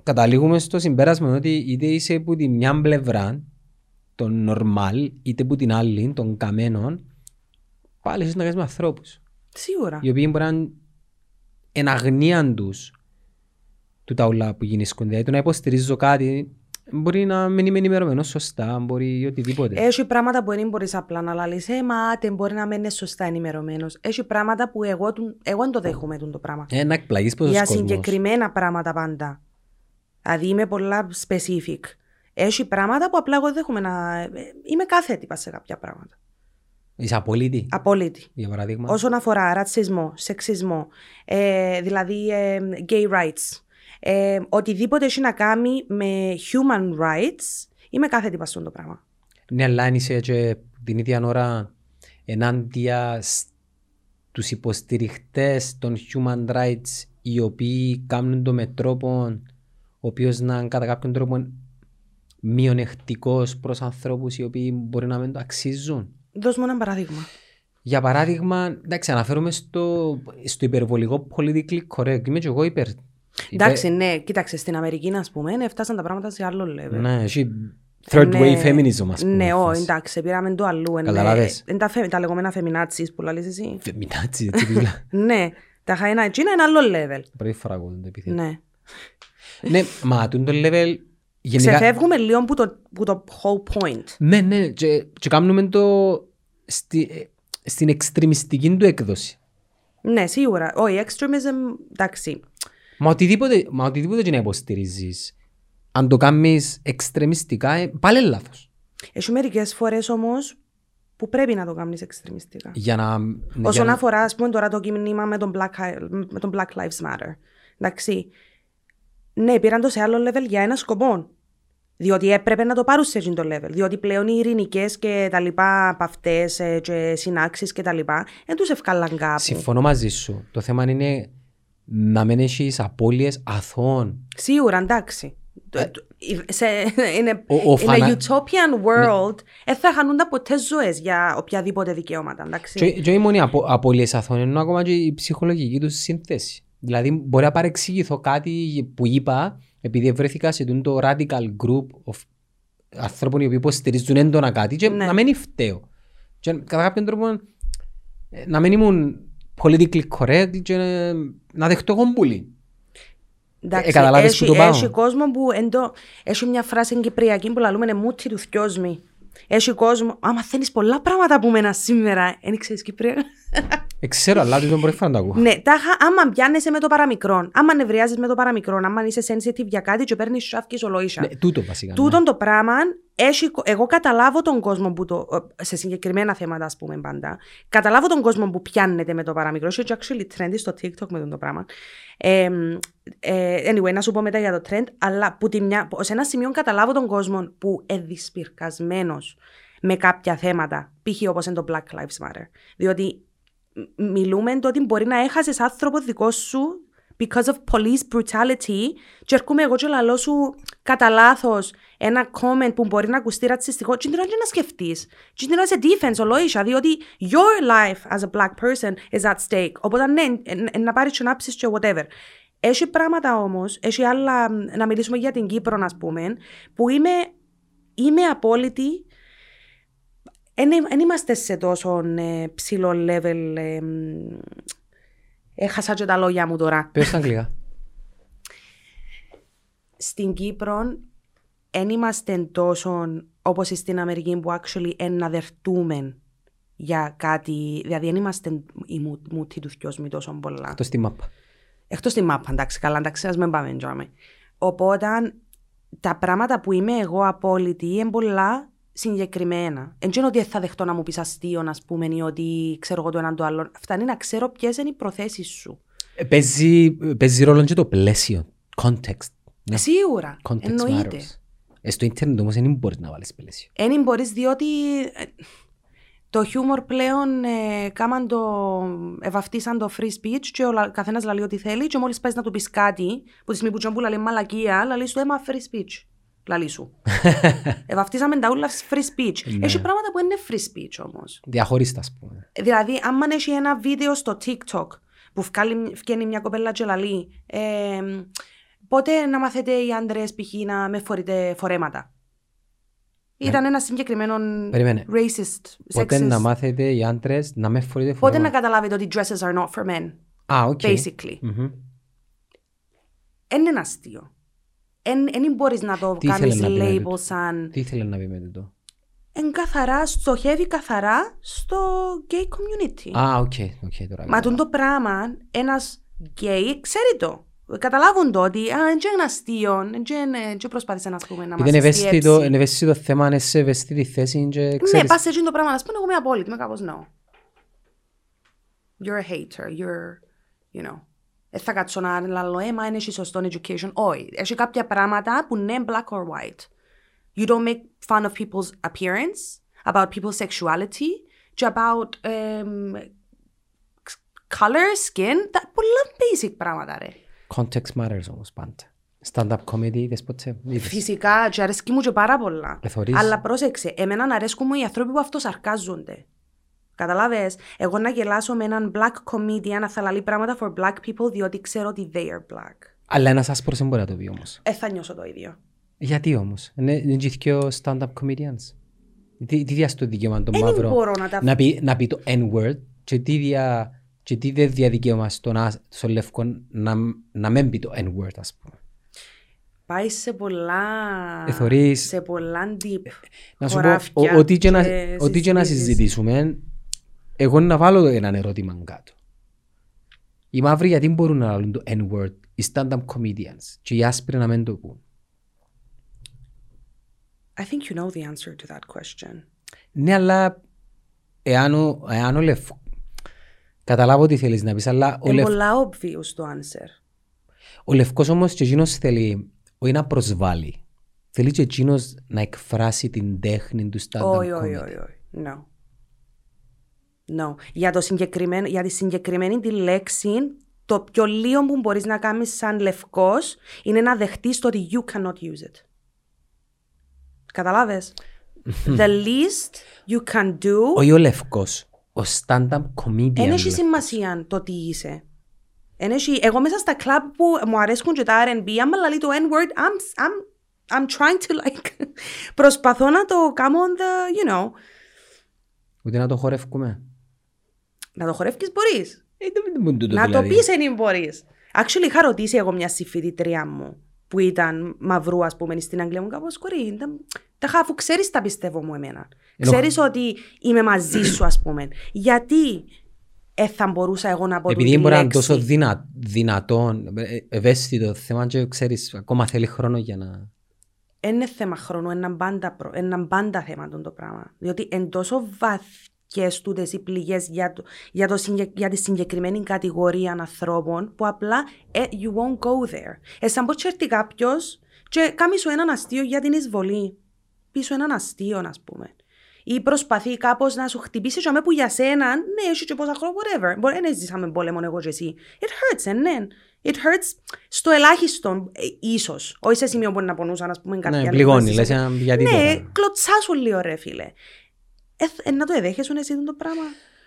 καταλήγουμε στο συμπέρασμα ότι είτε είσαι που τη μια πλευρά των normal, είτε που την άλλη των καμένων, πάλι είσαι να κάνεις με ανθρώπους Σίγουρα. οι οποίοι μπορεί να είναι εν αγνίαν τους του τα όλα που γίνησκουν. Δηλαδή το να υποστηρίζω κάτι μπορεί να μην είμαι ενημερωμένος σωστά, μπορεί οτιδήποτε. Έχει πράγματα που δεν μπορείς απλά να λαλείς Ε, μα άτε, μπορεί να μένει σωστά ενημερωμένος. Έχει πράγματα που εγώ, του- εγώ δεν το δέχομαι τον το πράγμα. Ε, να εκπλαγείς πόσος Για κόσμος. συγκεκριμένα πράγματα πάντα. Δηλαδή είμαι πολλά specific. Έχει πράγματα που απλά εγώ δεν δέχομαι να. ε, Είμαι κάθετη πας σε κάποια Ναι. πράγματα. Είσαι απολύτη, Απόλυτη. για παράδειγμα. Όσον αφορά ρατσισμό, σεξισμό, ε, δηλαδή ε, gay rights, ε, οτιδήποτε έχει να κάνει με human rights, είμαι κάθετη πας στον το πράγμα. Ναι, αλλά αν είσαι και την ίδια ώρα ενάντια στους υποστηριχτές των human rights οι οποίοι κάνουν το με τρόπο ο οποίος να είναι κατά κάποιον τρόπο μειονεκτικός προς ανθρώπους οι οποίοι μπορεί να μην το αξίζουν. Δώσ' μου ένα παράδειγμα. Για παράδειγμα, εντάξει, αναφέρομαι στο, στο υπερβολικό politically correct. Είμαι και εγώ υπερ... Εντάξει, ναι, κοίταξε, στην Αμερική, ας πούμε, ναι, φτάσαν τα πράγματα σε άλλο level. Ε, υπερ- Ναι, εσύ third way feminism, ας πούμε. Ναι, ό, φάση. εντάξει, πήραμε το αλλού. εν- Καταλάβες. εν τα, φε- τα λεγόμενα φεμινάτσι που λαλείς εσύ. Φεμινάτσι, έτσι που μιλά. Ναι, τα χαϊνά, εκείνα είναι άλλο level. Πρώτη φορά ακούω το επιθέτω. Ναι. Ναι, μα τούτο το level γενικά... Ξεφεύγουμε λίγο που το, που το whole point. Ναι, ναι, και, και κάνουμε το στη, ε, στην εξτρεμιστική του έκδοση. Ναι, σίγουρα. Όχι, extremism, εντάξει. Μα οτιδήποτε, μα οτιδήποτε και να υποστηρίζεις, αν το κάνεις εξτρεμιστικά, ε, πάλι είναι λάθος. Έχει μερικές φορές όμως που πρέπει να το κάνεις εξτρεμιστικά. Για να... Ναι, για Όσον να- αφορά, ας πούμε, τώρα το κίνημα με τον Black, Hi- με τον Black Lives Matter. Εντάξει. Ναι, πήραν το σε άλλο level για ένα σκοπό. Διότι έπρεπε να το πάρουν σε εκείνο το level. Διότι πλέον οι ειρηνικές και τα λοιπά απαυτέ και συνάξεις και τα λοιπά δεν τους ευκάλαν κάπου. Συμφωνώ μαζί σου. Το θέμα είναι να μην έχεις απώλειες αθώων. Σίγουρα, εντάξει. Το- το- ε, Σε, είναι, Ε, Ο- ο in a φανα- utopian world, δεν θα χανούνταν ποτέ ζωές για οποιαδήποτε δικαιώματα. Εντάξει. Και, και όχι μόνο οι απο, απώλειες αθώων, ενώ ακόμα και η ψυχολογική τους σύνθεση. Δηλαδή, μπορεί να παρεξηγηθώ κάτι που είπα, επειδή βρέθηκα σε τούτο radical group of ανθρώπων οι οποίοι υποστηρίζουν έντονα κάτι και Ναι. να μην φταίω. Και κατά κάποιον τρόπο ε, να μην ήμουν politically correct και ε, να δεχτώ γομπούλι. Ε, καταλάβες που το πάω. Έχει κόσμο που εντό... Έχει μια φράση κυπριακή που λαλούμε «Ναι, «Μούτσι του θκιός μη». Έχει κόσμο... Α, μαθαίνεις πολλά πράγματα που μένα σήμερα. Εν ξέρεις Κυπρία. Ε, ξέρω, αλλά δεν μπορεί να το ακούω. ναι, τάχα, άμα πιάνεσαι με το παραμικρόν, άμα νευριάζεις με το παραμικρόν, άμα είσαι sensitive για κάτι και παίρνεις σάφκης ολοίσια. Ναι, τούτο βασικά. ναι. Τούτον το πράγμα, έχει, εγώ καταλάβω τον κόσμο που το, σε συγκεκριμένα θέματα, ας πούμε, πάντα. Καταλάβω τον κόσμο που πιάνεται με το παραμικρό. Έχει actually trendy στο TikTok με τον το πράγμα. Ε, ε, anyway, να σου πω μετά για το trend, αλλά που τη μια, που- σε ένα σημείο καταλάβω τον κόσμο που εδυσπυρκασμένος με κάποια θέματα, π.χ. όπως είναι το Black Lives Matter. Διότι μ- μιλούμε το ότι μπορεί να έχασες άνθρωπος δικό σου because of police brutality και έρχομαι εγώ και λαλώ σου κατά λάθος ένα comment που μπορεί να ακουστεί ρατσιστικό και την ώρα και να σκεφτείς και την ώρα σε defense ολόησα διότι your life as a black person is at stake οπότε ναι ε, ε, να πάρεις και να ψεις και whatever έχει πράγματα όμως, έχει άλλα, μ, να μιλήσουμε για την Κύπρο να πούμε, που είμαι, είμαι απόλυτη δεν ε, είμαστε σε τόσο ε, ψηλό level. ε, μ, έχασα και τα λόγια μου τώρα. Πες στα αγγλικά. Στην Κύπρο δεν είμαστε τόσο όπως στην Αμερική που actually εναδερτούμε για κάτι. Δηλαδή δεν είμαστε οι μου- μούτοι τους θκιός μη τόσο πολλά. Το στη μάπα. Εκτός τη μάπα, εντάξει, καλά, εντάξει, ας μην πάμε τζάμε. Οπότε, τα πράγματα που είμαι εγώ απόλυτη είναι πολλά συγκεκριμένα. Εν είναι ότι δεν θα δεχτώ να μου πεις αστείο, α πούμε, ή ότι ξέρω εγώ το έναν το άλλον. Φτάνει να ξέρω ποιες είναι οι προθέσεις σου. Ε, Παίζει, παίζει ρόλο και το πλαίσιο. Context. Ναι, Σίγουρα. Context εννοείται. matters. Ε, στο ίντερνετ όμως δεν μπορείς να βάλεις πλαίσιο. Εν μπορείς, διότι ε, το χιούμορ πλέον ε, κάμαν το, ευαυτίσαν το free speech και ο καθένας λαλεί ό,τι θέλει και μόλις πας να του πεις κάτι, που τη στιγμή που τζομπούλα λέει μαλακία, λαλείς του έμα free speech. Λαλεί σου. Ευαυτίσαμε τα ούλα free speech. Ναι. Έχει πράγματα που είναι free speech όμως. Διαχωρίστα, ας πούμε. Δηλαδή, άμα έχει ένα βίντεο στο TikTok που βγάλει- βγαίνει μια κοπέλα και λαλεί, ε, πότε να μάθετε οι άντρες π.χ. να με φορείτε φορέματα. Ήταν ένα συγκεκριμένο Περιμένε. racist, Ποτέ sexist. Ναι. να μάθετε οι άντρες να με φορείτε Πότε φορέματα. να καταλάβετε ότι dresses are not for men, Α, οκ. basically. Μμμ. Είναι ένα αστείο. Δεν μπορείς να το Τι ήθελε κάνεις να πει με label τούτο? σαν. Τι ήθελε να πει με τούτο. Εν καθαρά, στοχεύει καθαρά στο gay community. Α, οκ. οκ, τώρα Μα κατάλαβα. τον το πράγμα, ένα γκέι ξέρει το. Καταλάβουν το ότι α, δεν είναι αστείο, δεν προσπάθησε να, ας πούμε, να μας Επειδή είναι ευαίσθητο, αστείεψει. είναι ευαίσθητο θέμα, είναι σε ευαίσθητη θέση και Ναι, ξέρεις. πας σε εκείνο το πράγμα να σου πούνε, εγώ είμαι απόλυτη, είμαι κάπως no. You're a hater, you're, you know. Ε, θα κάτσω να λαλώ, ε, μα είναι εσύ σωστό education. Όχι, έχει κάποια πράγματα που ναι, black or white. You don't make fun of people's appearance, about people's sexuality, και about um, color, skin, τα πολλά basic πράγματα, ρε. Context matters όμως πάντα. Stand-up comedy, είδες ποτέ. Είδες. Φυσικά, και αρέσκει μου και πάρα πολλά. Καθορίζεις. Αλλά πρόσεξε, εμένα αρέσκουν μου οι άνθρωποι που αυτοσαρκάζονται. Καταλάβες, εγώ να γελάσω με έναν black comedian να θα λαλεί πράγματα for black people διότι ξέρω ότι they are black. Αλλά ένας άσπρος δεν μπορεί να το πει όμως. Ε, θα νιώσω το ίδιο. Γιατί όμως. Είναι είναι και δυο stand-up comedians. Τι τι διάστο δικαίωμα τον Δεν μαύρο. μπορώ να τα... Να πει, να πει το N-word και τι, δια, και τι δεν διαδικαίωμα στον, άσ- στον λευκό να, να μην πει το N-word ας πούμε. Πάει σε πολλά... Ε, θωρείς. σε πολλά deep. Να σου πω, χωράφια ο- ό,τι και να- και ό,τι και να συζητήσεις. συζητήσουμε, εγώ να βάλω έναν ερώτημα κάτω. Οι μαύροι γιατί μπορούν να λαλούν το N-word, οι stand-up comedians, και οι άσπροι να μην το πούν. I think you know the answer to that question. Ναι, αλλά εάν ο, εάν ο λευκ- Καταλάβω τι θέλεις να πεις, αλλά ο, Είναι λευ... πολλά obvious το answer. ο λευκός όμως και εκείνος θέλει όχι να προσβάλλει. Θέλει και εκείνος να εκφράσει την τέχνη του stand-up Όχι, όχι, comedy. όχι, όχι. No. No. Για, το συγκεκριμένο, για τη συγκεκριμένη τη λέξη, το πιο λίγο που μπορείς να κάνεις σαν λευκός είναι να δεχτείς το ότι you cannot use it. <laughs> Καταλάβες? The least you can do Όχι ο λευκός, ο stand-up comedian. δεν έχει λευκός. σημασία το τι είσαι. Εν έχει- Εγώ μέσα στα κλαμπ που μου αρέσκουν και τα R&B, άμα λαλεί το N-word, I'm, I'm, I'm trying to like... <laughs> προσπαθώ να το κάνω on the, you know... Ούτε να το χορεύουμε. Να το χορεύεις μπορείς. Ε, δεν- δεν μπορεί να Να το δηλαδή. πεις εν μπορείς. Actually, είχα ρωτήσει εγώ μια συμφοιτητρία μου που ήταν μαυρού, ας πούμε, στην Αγγλία μου. Κάπω κορί, ήταν- τα χάφου, ξέρεις τα πιστεύω μου εμένα. Ενώ- Ξέρεις ότι είμαι μαζί σου, ας πούμε. Γιατί ε, θα μπορούσα εγώ να πω Επειδή τούτη μπορεί να είναι λέξη. τόσο δυνα, δυνατόν, ε, ευαίσθητο θέμα και ξέρεις, ακόμα θέλει χρόνο για να... είναι θέμα χρόνου, είναι πάντα, προ- έναν πάντα θέμα τούτο το πράγμα. Διότι εν τόσο βαθιές τούτες οι πληγές για, το, για, το, συγκε- για τη συγκεκριμένη κατηγορία ανθρώπων που απλά ε, you won't go there. Ε, σαν πως έρθει κάποιος και κάνει σου έναν αστείο για την εισβολή. Πει σου έναν αστείο, α πούμε. Ή προσπαθεί κάπως να σου χτυπήσει το που για σένα, ναι, έχει και πόσα χρόνια, whatever. Μπορεί να ζήσαμε πόλεμο εγώ και εσύ. It hurts, ε, ναι. It hurts στο ελάχιστο, ε, ίσως. Όχι σε σημείο που να πονούσαν, ας πούμε, κάποια Ναι, άλλη πληγώνει, φάση. λες, ένα, γιατί Ναι, τώρα. κλωτσά σου λίγο, ρε φίλε. Ε, θ- ε, να το εδέχεσαι εσύ το πράγμα.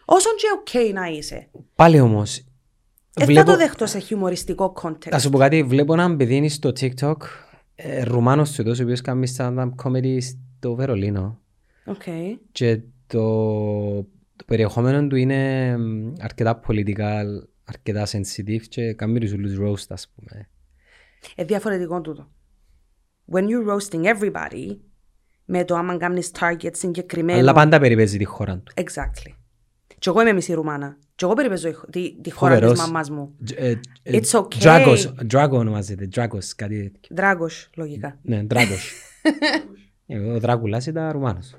Όσον και οκ να είσαι. Πάλι όμως, Ε, βλέπω- Θα το δέχτω σε χιουμοριστικό context. Θα σου πω κάτι, βλέπω έναν παιδί είναι στο TikTok, ε, Ρουμάνος Τσουτός, ο οποίος κάνει stand-up comedy στο Βερολίνο Okay. και το, το περιεχόμενο του είναι μ, αρκετά πολιτικά, αρκετά sensitive και κάνει τους ούλους roast ας πούμε. Ε, διαφορετικό τούτο. When you're roasting everybody, με το άμα κάνεις target συγκεκριμένο. Αλλά πάντα περιπέζει τη χώρα του. Exactly. Κι εγώ είμαι μισή Ρουμάνα. Κι εγώ περιπέζω η χ- τη, τη χώρα της Φοβερός. μαμάς μου. Τζ- ε, ε, It's okay. Dragos, Drago ονομάζεται, Dragos, κάτι τέτοιο. Δράγκος, λογικά. Ναι, <laughs> Dragos. Ε, Ο Δράκουλας ήταν Ρουμάνος.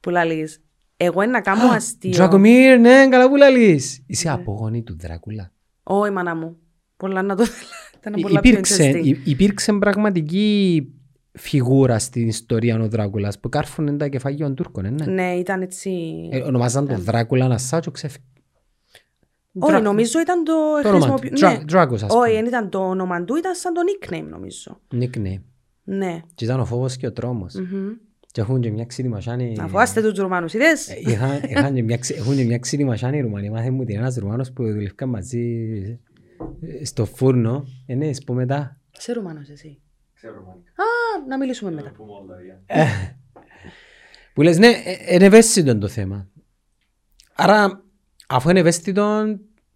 Που λαλείς, εγώ είναι να κάνω αστείο. Dragomir, ναι, καλά που λαλείς. Ναι. Είσαι απογόνη του Δράκουλα. Ω, η μάνα μου. Πολλά να το Ήταν Υ- πολλά πιο υπήρξε, interesting. υ- υπήρξε πραγματική φιγούρα στην ιστορία ο Δράκουλας που κάρφωνε τα κεφάλια των Τούρκων, ε, ναι. Ναι, ήταν έτσι. Ε, ονομάζαν τον Δράκουλα να σάτσο ξέφυγε. Όχι, νομίζω ήταν το. Το όνομα του. χρησιμοποιη- Dra- ναι. Dragos, ας Όχι, πούμε. δεν ήταν το όνομα του, ήταν σαν το nickname, νομίζω. Nickname. Ναι. Και ήταν ο φόβος και ο τρόμος. Μμμ. Και έχουν και μια ξύλινη μασάνη- Να φοβάστε τους Ρουμάνους, είδες. Ε, είχαν- είχαν και μια ξύ- Έχουν και μια ξύλινη μασάνη οι Ρουμανοί. Μάθε μου ότι ένας Ρουμάνος που δουλεύκαν μαζί ε, στο φούρνο. Ε, ναι, σπου μετά. Σε Ρουμάνος εσύ. Α, να μιλήσουμε μετά. Που λες, ναι, ε, ε, είναι ευαίσθητο το θέμα. Άρα, αφού είναι ευαίσθητο,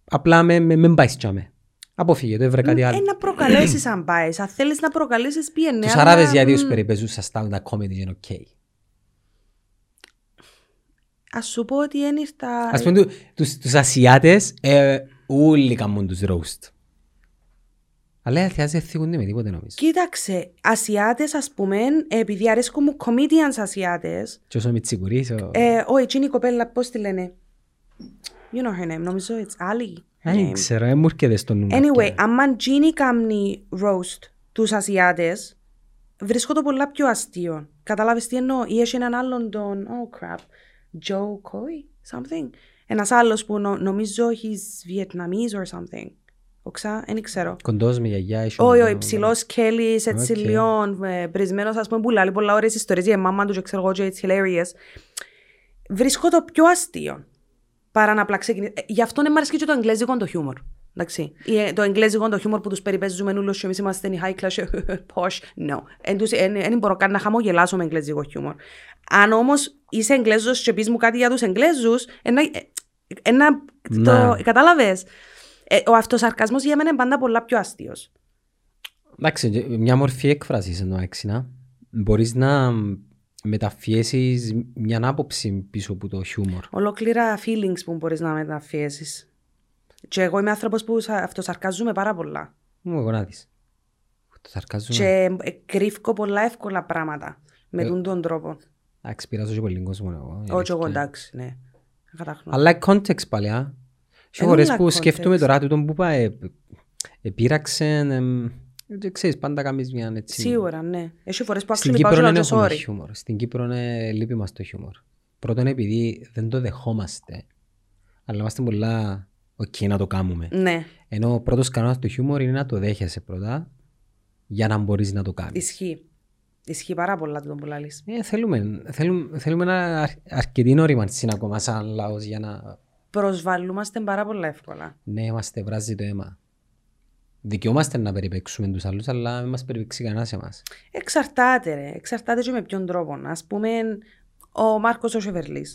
απλά με, με, με μπάεις τσάμε. Αποφύγε το, έβρε κάτι Ε, άλλο. να προκαλέσεις αν πάεις. Αν θέλεις να προκαλέσεις PNR. Τους Αράβες να- γιατί τους μ, περιπέζουν στα stand-up comedy και είναι οκ. Ας σου πω ότι δεν ήρθα... Ας πούμε, του- τους, τους Ασιάτες, ε, όλοι κάνουν τους roast. Αλλά οι Ασιάτες δεν θίγονται με τίποτε νομίζω. Κοίταξε, Ασιάτες ας πούμε, επειδή αρέσκουν μου comedians Ασιάτες, Και όσο με τσιγουρείς, ο... ε, ο εκείνη η κοπέλα πώς τη λένε, you know her name, νομίζω it's Ali. her Δεν name. ξέρω, δεν μου έρχεται στο νου. μου ναι. Anyway, αρκετά. άμα Τζίνι κάμνει roast τους Ασιάτες, βρίσκω το πολλά πιο αστείο. Κατάλαβες τι εννοώ. Ή έχει έναν άλλον τον, oh crap, Joe Coy, something. Ένας άλλος που νο- νομίζω he's Vietnamese or something. Οξά, δεν ξέρω. Κοντός με γιαγιά, ίσως Όχι, με ο το- υψηλό Κέλλη, έτσι Οκ. λιών, ε, πρισμένος, ας πούμε, που λέει πολλά ωραίες ιστορίες για η μάμα τους, και ξέρω εγώ, και it's hilarious. Βρίσκω το πιο αστείο. Παρά να απλά ξεκινήσει. Γι' αυτό ναι, μ' αρέσει και το εγγλέζικο το χιούμορ. Εντάξει. Ή, ε, Το εγγλέζικο το χιούμορ που τους περιπέζουμε όλους και εμείς είμαστε οι high class, <laughs> posh. No. Εν τους- εν- εν μπορώ καν να χαμογελάσω με εγγλέζικο χιούμορ. Αν όμως είσαι εγγλέζος και πεις μου κάτι για τους εγγλέζους, ένα, ε, ένα, Ναι. το, κατάλαβες. Ε, ο αυτοσαρκασμός για μένα είναι πάντα πολλά πιο αστείος. Εντάξει, και μια μορφή έκφρασης εννοώ έξι, να. Μπορείς να μεταφιέσεις μια άποψη πίσω από το χιούμορ. Ολόκληρα feelings που μπορείς να μεταφιέσεις. Και εγώ είμαι άνθρωπος που σα- αυτοσαρκάζομαι πάρα πολλά. Μου γονάτις. Το σαρκάζομαι. Και ε, κρύφκω πολλά εύκολα πράγματα με Ε, τον τον τρόπο. Εντάξει, πειράζω και πολύ κόσμο εγώ. Όχι, εγώ αλήθεια. εντάξει, ναι. Καταχνώ. Αλλά context πάλι, α. Σε Είναι φορές όλα που context. σκέφτομαι τώρα, τούτον που ε, πάει, επήραξε, ε, ξέρεις, πάντα κάνεις μια έτσι... Σίγουρα, ναι. Έχει φορές που Στην actually πάω Κύπρο και δεν λέω έχουμε sorry. χιούμορ. Στην Κύπρο είναι λείπει μας το χιούμορ. Πρώτον επειδή δεν το δεχόμαστε. Αλλά είμαστε πολλά οκ να το κάνουμε. Ναι, Ενώ ο πρώτος κανόνας του χιούμορ είναι να το δέχεσαι πρώτα για να μπορείς να το κάνεις. ισχύει. Ισχύει πάρα πολλά το που λαλείς. Ε, θέλουμε, θέλουμε, θέλουμε ένα αρ, αρκετή όριμανση ακόμα σαν λαός για να... Προσβαλούμαστε πάρα πολλά εύκολα. Ναι, είμαστε βράζει το αίμα. Δικαιούμαστε να περιπέξουμε τους άλλους, αλλά δεν μας περιπέξει κανένας εμάς. Εξαρτάται, ρε. Εξαρτάται και με ποιον τρόπο. Ας πούμε, ο Μάρκος ο Σεφερλή.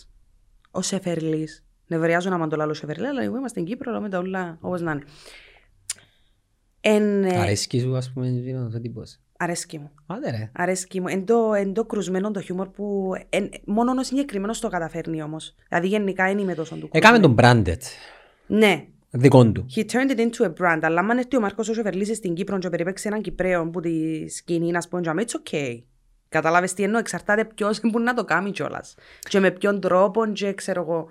Ο Σεφερλής. Νευριάζω να μαντολάλω ο Σεφερλή, αλλά εγώ είμαστε στην Κύπρο, λέμε τα όλα όπως να είναι. Εν, ε, Αρέσκει σου, ας πούμε, γίνοντας ο τύπος. αρέσκει μου. Άντε ρε. Αρέσκει μου. Εν το, εν το κρουσμένο το χιούμορ που εν, μόνο ο συγκεκριμένος το καταφέρνει όμως. Δηλαδή γενικά δεν είμαι τόσο του Έκαμε κρουσμένου. Ε, τον branded. Ναι. Δικών του. He turned it into a brand. Αλλά αν έρθει ο Μάρκος ο Σεφερλής στην Κύπρο και περιπέξει έναν Κυπρέο που τη σκηνή να σπώνει, it's okay. Κατάλαβε τι εννοώ, εξαρτάται ποιος μπορεί να το κάνει κιόλας. Και με ποιον τρόπο, και ξέρω εγώ.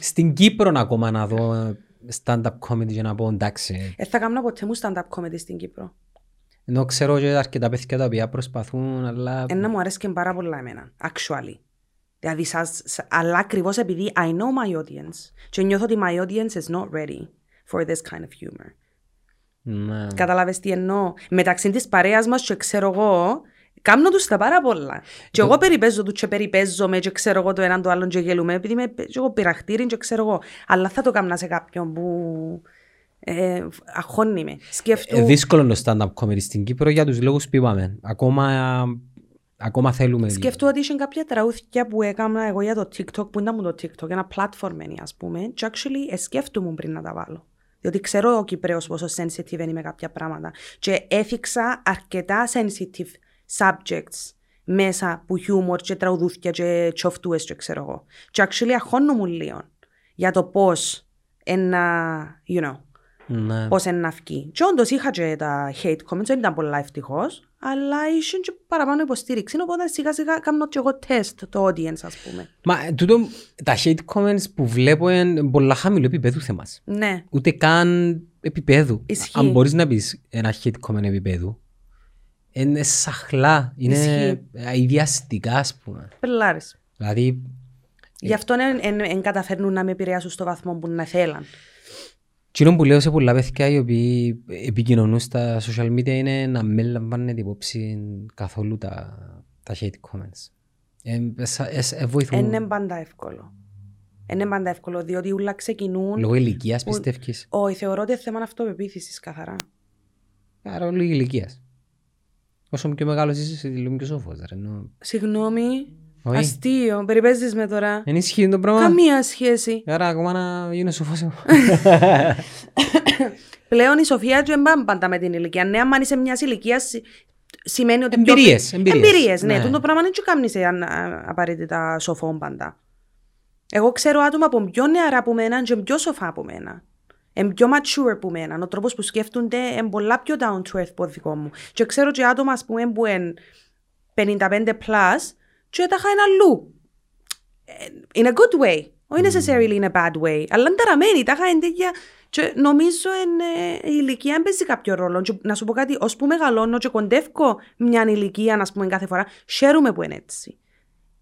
Στην Κύπρο ακόμα να δω ε, stand-up comedy και να πω εντάξει. Ε, θα κάνω ποτέ μου stand-up comedy στην Κύπρο. Ενώ ξέρω και αρκετά παιδιά τα οποία προσπαθούν, αλλά Ένα μου αρέσκει πάρα πολλά εμένα, actually. Δηλαδή, σας, σ- αλλά ακριβώς επειδή I know my audience και νιώθω ότι my audience is not ready for this kind of humor. ναι. Κατάλαβες τι εννοώ. Μεταξύ της παρέας μας και ξέρω εγώ, κάμνω τους τα πάρα πολλά. Και Ε, εγώ περιπέζω τους και περιπέζομαι και ξέρω εγώ το έναν το άλλον και γελούμε, επειδή είμαι και εγώ πειραχτήριν και ξέρω εγώ. Αλλά θα το κάμνα σε κάποιον που ε, αχώνει με. Σκέφτου... Ε, δύσκολο το stand-up comedy στην Κύπρο για τους λόγους που είπαμε. Ακόμα, ε, ακόμα θέλουμε. Σκεφτώ ότι είχε κάποια τραούθια που έκανα εγώ για το TikTok, που ήταν μου το TikTok, ένα platform είναι, ας πούμε, και actually ε, σκέφτομαι πριν να τα βάλω. Διότι ξέρω ο Κυπρέος πόσο sensitive είναι με κάποια πράγματα. Και έθιξα αρκετά sensitive subjects μέσα που χιούμορ και τραουδούθια και τσοφτούες και ξέρω εγώ. Και actually αχώνομαι λίγο για το πώς ένα, you know, Ναι. πώς να βγει. Και όντως είχα και τα hate comments, δεν ήταν πολλά ευτυχώς, αλλά είχε και παραπάνω υποστήριξη. Οπότε σιγά σιγά κάνω και εγώ τεστ το audience, ας πούμε. Μα ε, τούτο, τα hate comments που βλέπω είναι πολλά χαμηλό επίπεδου θέμας. Ναι. Ούτε καν επίπεδου. Ισχύει. Αν μπορείς να πεις ένα hate comment επίπεδου, είναι σαχλά, είναι Ισχύει. αειδιαστικά ας πούμε. Πελάρε. Δηλαδή, Γι' αυτό δεν καταφέρνουν να με επηρεάσουν στο βαθμό που να θέλαν. Κοινό που λέω σε πολλά παιδιά οι οποίοι επικοινωνούν στα social media είναι να μην λαμβάνετε υπόψη καθόλου τα, τα hate comments. Ε, ε, σα- ε, ε, βοηθούν Είναι πάντα εύκολο. Είναι πάντα εύκολο, διότι όλα ξεκινούν. λόγω ηλικίας, Ο- πιστεύεις. Όχι, θεωρώ ότι είναι θέμα αυτοπεποίθησης καθαρά. Άρα λόγω ηλικίας. Όσο πιο μεγάλος είσαι, λίγο πιο σοφός. Συγγνώμη. Όχι. Αστείο, περιπέζεις με τώρα. Δεν ισχύει το πράγμα. Καμία σχέση. Άρα ακόμα να γίνω σοφός. Πλέον η σοφία του εμπάν πάντα με την ηλικία. Ναι, αν είσαι μιας ηλικίας, σημαίνει ότι. Εμπειρίες, Πιο... εμπειρίες. Εμπειρίες, ναι. Ναι. Τούτο πράγμα δεν σου κάνει σε αν- α- απαραίτητα σοφό πάντα. Εγώ ξέρω άτομα που είναι πιο νεαρά από μένα και πιο σοφά από μένα. Εν πιο mature από μένα. Ο τρόπος που σκέφτονται είναι πολλά πιο down to earth από δικό μου. Και ξέρω και άτομα, ας πούμε, που είναι 55 plus και τα είχα ένα αλλού. Ε, In a good way. Όχι necessarily in a bad way. Αλλά είναι ταραμένη, τα είχα εν τέτοια. Και νομίζω εν, ε, η ηλικία δεν παίζει κάποιο ρόλο. Και να σου πω κάτι, ως που μεγαλώνω και κοντεύω μια ηλικία, να πούμε, κάθε φορά, χαίρομαι που είναι έτσι.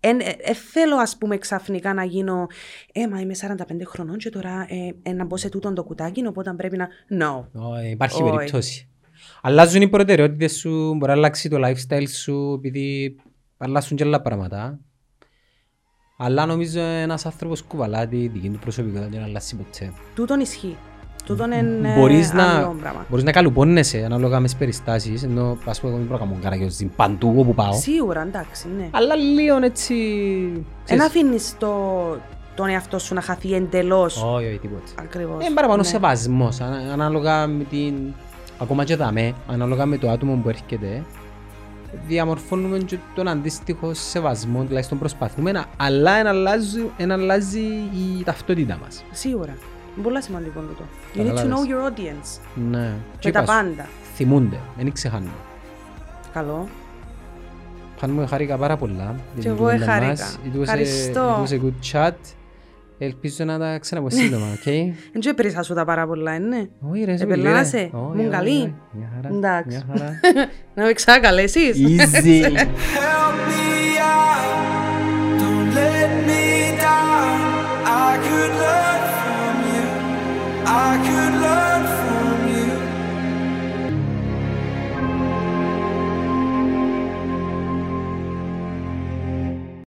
Εν, ε, ε, θέλω, ας πούμε, ξαφνικά να γίνω. Ε, μα είμαι 45 χρονών και τώρα ε, ε, να μπω σε τούτον το κουτάκι, οπότε πρέπει να. No. Όχι, υπάρχει Όχι. περίπτωση. Αλλάζουν οι προτεραιότητες σου, μπορεί να αλλάξει το lifestyle σου, επειδή αλλάζουν και άλλα πράγματα. Αλλά νομίζω ένας άνθρωπος κουβαλά τη δική του προσωπικότητα και να αλλάξει ποτέ. Τούτον ισχύει. Τούτον είναι μπορείς, να, άλλο πράγμα. μπορείς να καλουπώνεσαι ανάλογα με τις περιστάσεις, ενώ ας πούμε εγώ δεν μπορώ να κάνω καραγιόζι παντού όπου πάω. Σίγουρα, εντάξει, ναι. Αλλά λίγο έτσι... Δεν ξέρεις, αφήνεις το, τον εαυτό σου να χαθεί εντελώς. Όχι, όχι, τίποτα. Ακριβώς. Είναι Ε, παραπάνω σεβασμός, ανα- ανάλογα με την... Ακόμα και δαμέ, ανάλογα με το άτομο που έρχεται, διαμορφώνουμε και τον αντίστοιχο σεβασμό, τουλάχιστον προσπαθούμε, να- αλλά εν αλλάζει, εν αλλάζει η ταυτότητα μας. Σίγουρα. Είναι Πολύ σημαντικό τούτο. You need to Καταλάβες. know your audience. Ναι. Και τα πάντα. Θυμούνται, δεν ξεχάνουν. Καλό. Πάνω μου χάρηκα πάρα πολλά. για την εγώ κουβέντα χάρηκα. μας. It was a- Ευχαριστώ. It was a good chat. Ελπίζω να τα ξαναπώ <laughs> σύντομα, οκ. Δεν τσέπρισα σου τα πάρα πολλά, ναι. Όχι ρε, σε Επελάσαι. πολύ, ρε. Μου Όχι, όχι, καλή. όχι. Μια χαρά. <laughs> Εντάξει. Μια χαρά. να με ξανακαλέσεις. Easy. Hell